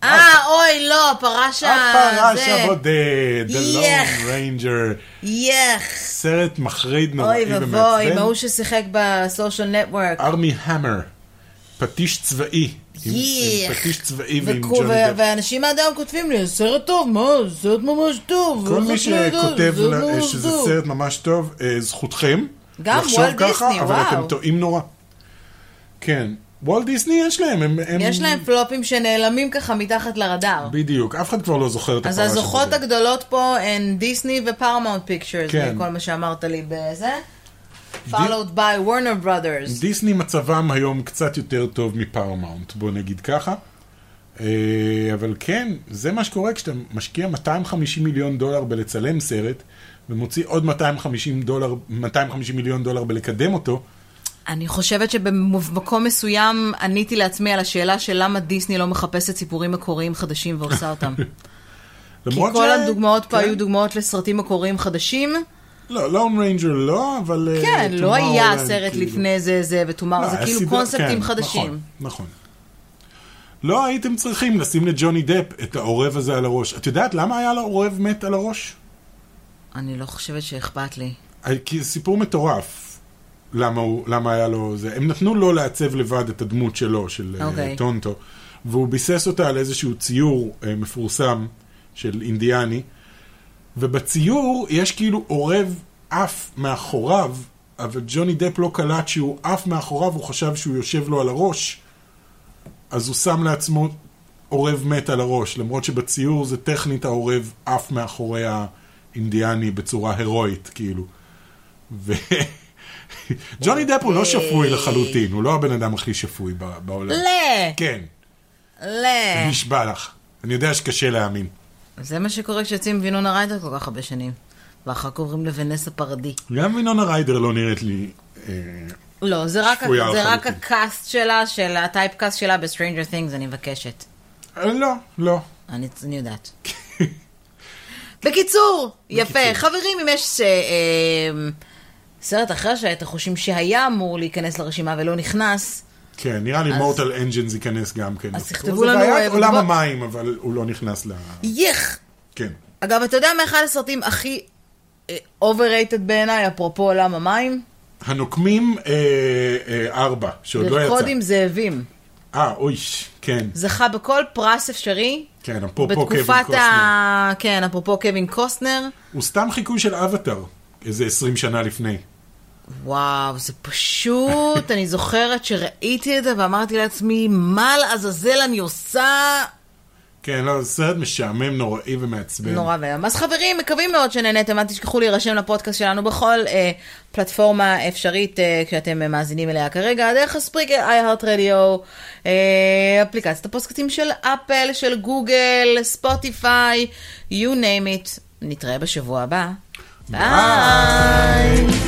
[SPEAKER 1] אה, אוי, לא, הפרש ה...
[SPEAKER 2] אוקיי. הפרש
[SPEAKER 1] זה.
[SPEAKER 2] הבודד, The Lone
[SPEAKER 1] יח.
[SPEAKER 2] Ranger.
[SPEAKER 1] יח.
[SPEAKER 2] סרט מחריד נוראי
[SPEAKER 1] אוי ואבוי, עם
[SPEAKER 2] ומעצבן.
[SPEAKER 1] ההוא ששיחק בסושיאל נטוורק.
[SPEAKER 2] ארמי המר, פטיש צבאי. עם- עם
[SPEAKER 1] יח.
[SPEAKER 2] פטיש צבאי ועם
[SPEAKER 1] וכו-
[SPEAKER 2] ג'וני
[SPEAKER 1] ו-
[SPEAKER 2] דפ.
[SPEAKER 1] ואנשים עד היום כותבים לי, סרט טוב, מה, סרט ממש טוב.
[SPEAKER 2] כל מי
[SPEAKER 1] סרט נהדר,
[SPEAKER 2] שכותב
[SPEAKER 1] סרט
[SPEAKER 2] לה-
[SPEAKER 1] ממש
[SPEAKER 2] שזה
[SPEAKER 1] טוב."
[SPEAKER 2] סרט ממש טוב, אה, זכותכם.
[SPEAKER 1] גם
[SPEAKER 2] לחשוב
[SPEAKER 1] וולט
[SPEAKER 2] ככה,
[SPEAKER 1] דיסני,
[SPEAKER 2] אבל
[SPEAKER 1] וואו.
[SPEAKER 2] אתם טועים נורא. כן. וולט דיסני יש להם, הם... הם-
[SPEAKER 1] יש להם פלופים שנעלמים ככה מתחת לרדאר.
[SPEAKER 2] בדיוק, אף אחד כבר לא זוכר את
[SPEAKER 1] אז
[SPEAKER 2] הפרש
[SPEAKER 1] הזוכות
[SPEAKER 2] הזה.
[SPEAKER 1] הגדולות פה הן דיסני ופרמונט פיקצ'רס,
[SPEAKER 2] כן.
[SPEAKER 1] מכל מה שאמרת לי בזה. followed by Warner Brothers.
[SPEAKER 2] דיסני מצבם היום קצת יותר טוב מפארמאונט, בוא נגיד ככה. אה, אבל כן, זה מה שקורה כשאתה משקיע 250 מיליון דולר בלצלם סרט, ומוציא עוד 250, דולר, 250 מיליון דולר בלקדם אותו,
[SPEAKER 1] אני חושבת שבמקום מסוים עניתי לעצמי על השאלה של למה דיסני לא מחפשת סיפורים מקוריים חדשים ועושה אותם. כי
[SPEAKER 2] למרות
[SPEAKER 1] כל
[SPEAKER 2] ש-
[SPEAKER 1] הדוגמאות פה
[SPEAKER 2] כן.
[SPEAKER 1] היו דוגמאות לסרטים מקוריים חדשים.
[SPEAKER 2] לא, לון ריינג'ר לא, אבל... אה,
[SPEAKER 1] כן, לא
[SPEAKER 2] Tomorrowland,
[SPEAKER 1] היה סרט
[SPEAKER 2] כאילו.
[SPEAKER 1] לפני זה, זה וטומאר,
[SPEAKER 2] לא,
[SPEAKER 1] זה
[SPEAKER 2] היה
[SPEAKER 1] כאילו
[SPEAKER 2] סדרה-
[SPEAKER 1] קונספטים
[SPEAKER 2] כן, נכון,
[SPEAKER 1] חדשים.
[SPEAKER 2] נכון. לא הייתם צריכים לשים לג'וני דפ את העורב הזה על הראש. את יודעת למה היה לו עורב מת על הראש? אה,
[SPEAKER 1] אני לא חושבת שאכפת לי.
[SPEAKER 2] כי זה סיפור מטורף. למה, הוא, למה היה לו זה. הם נתנו לו לעצב לבד את הדמות שלו, של okay.
[SPEAKER 1] אוקיי.
[SPEAKER 2] טונטו, והוא ביסס אותה על איזשהו ציור אה, מפורסם של אינדיאני, ובציור יש כאילו עורב עף מאחוריו, אבל ג'וני דפ לא קלט שהוא עף מאחוריו, הוא חשב שהוא יושב לו על הראש, אז הוא שם לעצמו עורב מת על הראש, למרות שבציור זה טכנית העורב עף מאחורי האינדיאני בצורה הירואית, כאילו. ו... ג'וני דפ הוא לא שפוי לחלוטין, הוא לא הבן אדם הכי שפוי ב- בעולם.
[SPEAKER 1] אוקיי. לא,
[SPEAKER 2] כן,
[SPEAKER 1] לא.
[SPEAKER 2] נשבע לך. אני יודע שקשה להאמין.
[SPEAKER 1] זה מה שקורה כשיוצאים עם וינונה ריידר כל כך הרבה שנים. ואחר כך עוברים לוונסה פרדי.
[SPEAKER 2] גם וינונה ריידר לא נראית לי... אה,
[SPEAKER 1] לא, זה רק,
[SPEAKER 2] שפויה
[SPEAKER 1] זה רק
[SPEAKER 2] לחלוטין.
[SPEAKER 1] הקאסט שלה, של הטייפקאסט שלה ב-Stranger Things, אני מבקשת.
[SPEAKER 2] אה, לא, לא.
[SPEAKER 1] אני, אני יודעת. בקיצור, יפה. חברים, אם יש אה, אה, סרט אחר שאתם חושבים שהיה אמור להיכנס לרשימה ולא נכנס,
[SPEAKER 2] כן, נראה לי מורטל אנג'נס ייכנס גם כן.
[SPEAKER 1] אז
[SPEAKER 2] אבל
[SPEAKER 1] תכתבו
[SPEAKER 2] זה
[SPEAKER 1] לנו, אה,
[SPEAKER 2] בעיית עולם
[SPEAKER 1] בתגובות.
[SPEAKER 2] המים, אבל הוא לא נכנס ל...
[SPEAKER 1] יך!
[SPEAKER 2] כן.
[SPEAKER 1] אגב, אתה יודע מה אחד הסרטים הכי אובררייטד בעיניי, אפרופו עולם המים?
[SPEAKER 2] הנוקמים אה, אה, ארבע, שעוד לא
[SPEAKER 1] לרקוד
[SPEAKER 2] יצא.
[SPEAKER 1] עם זאבים.
[SPEAKER 2] אה, אוי, כן,
[SPEAKER 1] זכה בכל פרס אפשרי.
[SPEAKER 2] כן, אפרופו קווין
[SPEAKER 1] בתקופת
[SPEAKER 2] קוסטנר.
[SPEAKER 1] ה... כן, אפרופו קווין קוסטנר.
[SPEAKER 2] הוא סתם חיקוי של אבטאר, איזה 20 שנה לפני.
[SPEAKER 1] וואו, זה פשוט, אני זוכרת שראיתי את זה ואמרתי לעצמי, מה לעזאזל אני עושה?
[SPEAKER 2] כן, לא, זה סרט משעמם, נוראי ומעצבן.
[SPEAKER 1] נורא ואיום. אז חברים, מקווים מאוד שנהניתם, אל תשכחו להירשם לפודקאסט שלנו בכל אה, פלטפורמה אפשרית אה, כשאתם אה, מאזינים אליה כרגע, דרך הספריקר, iHeart Radio, אה, אפליקציית הפודקאסטים של אפל, של גוגל, ספוטיפיי, you name it. נתראה בשבוע הבא. ביי.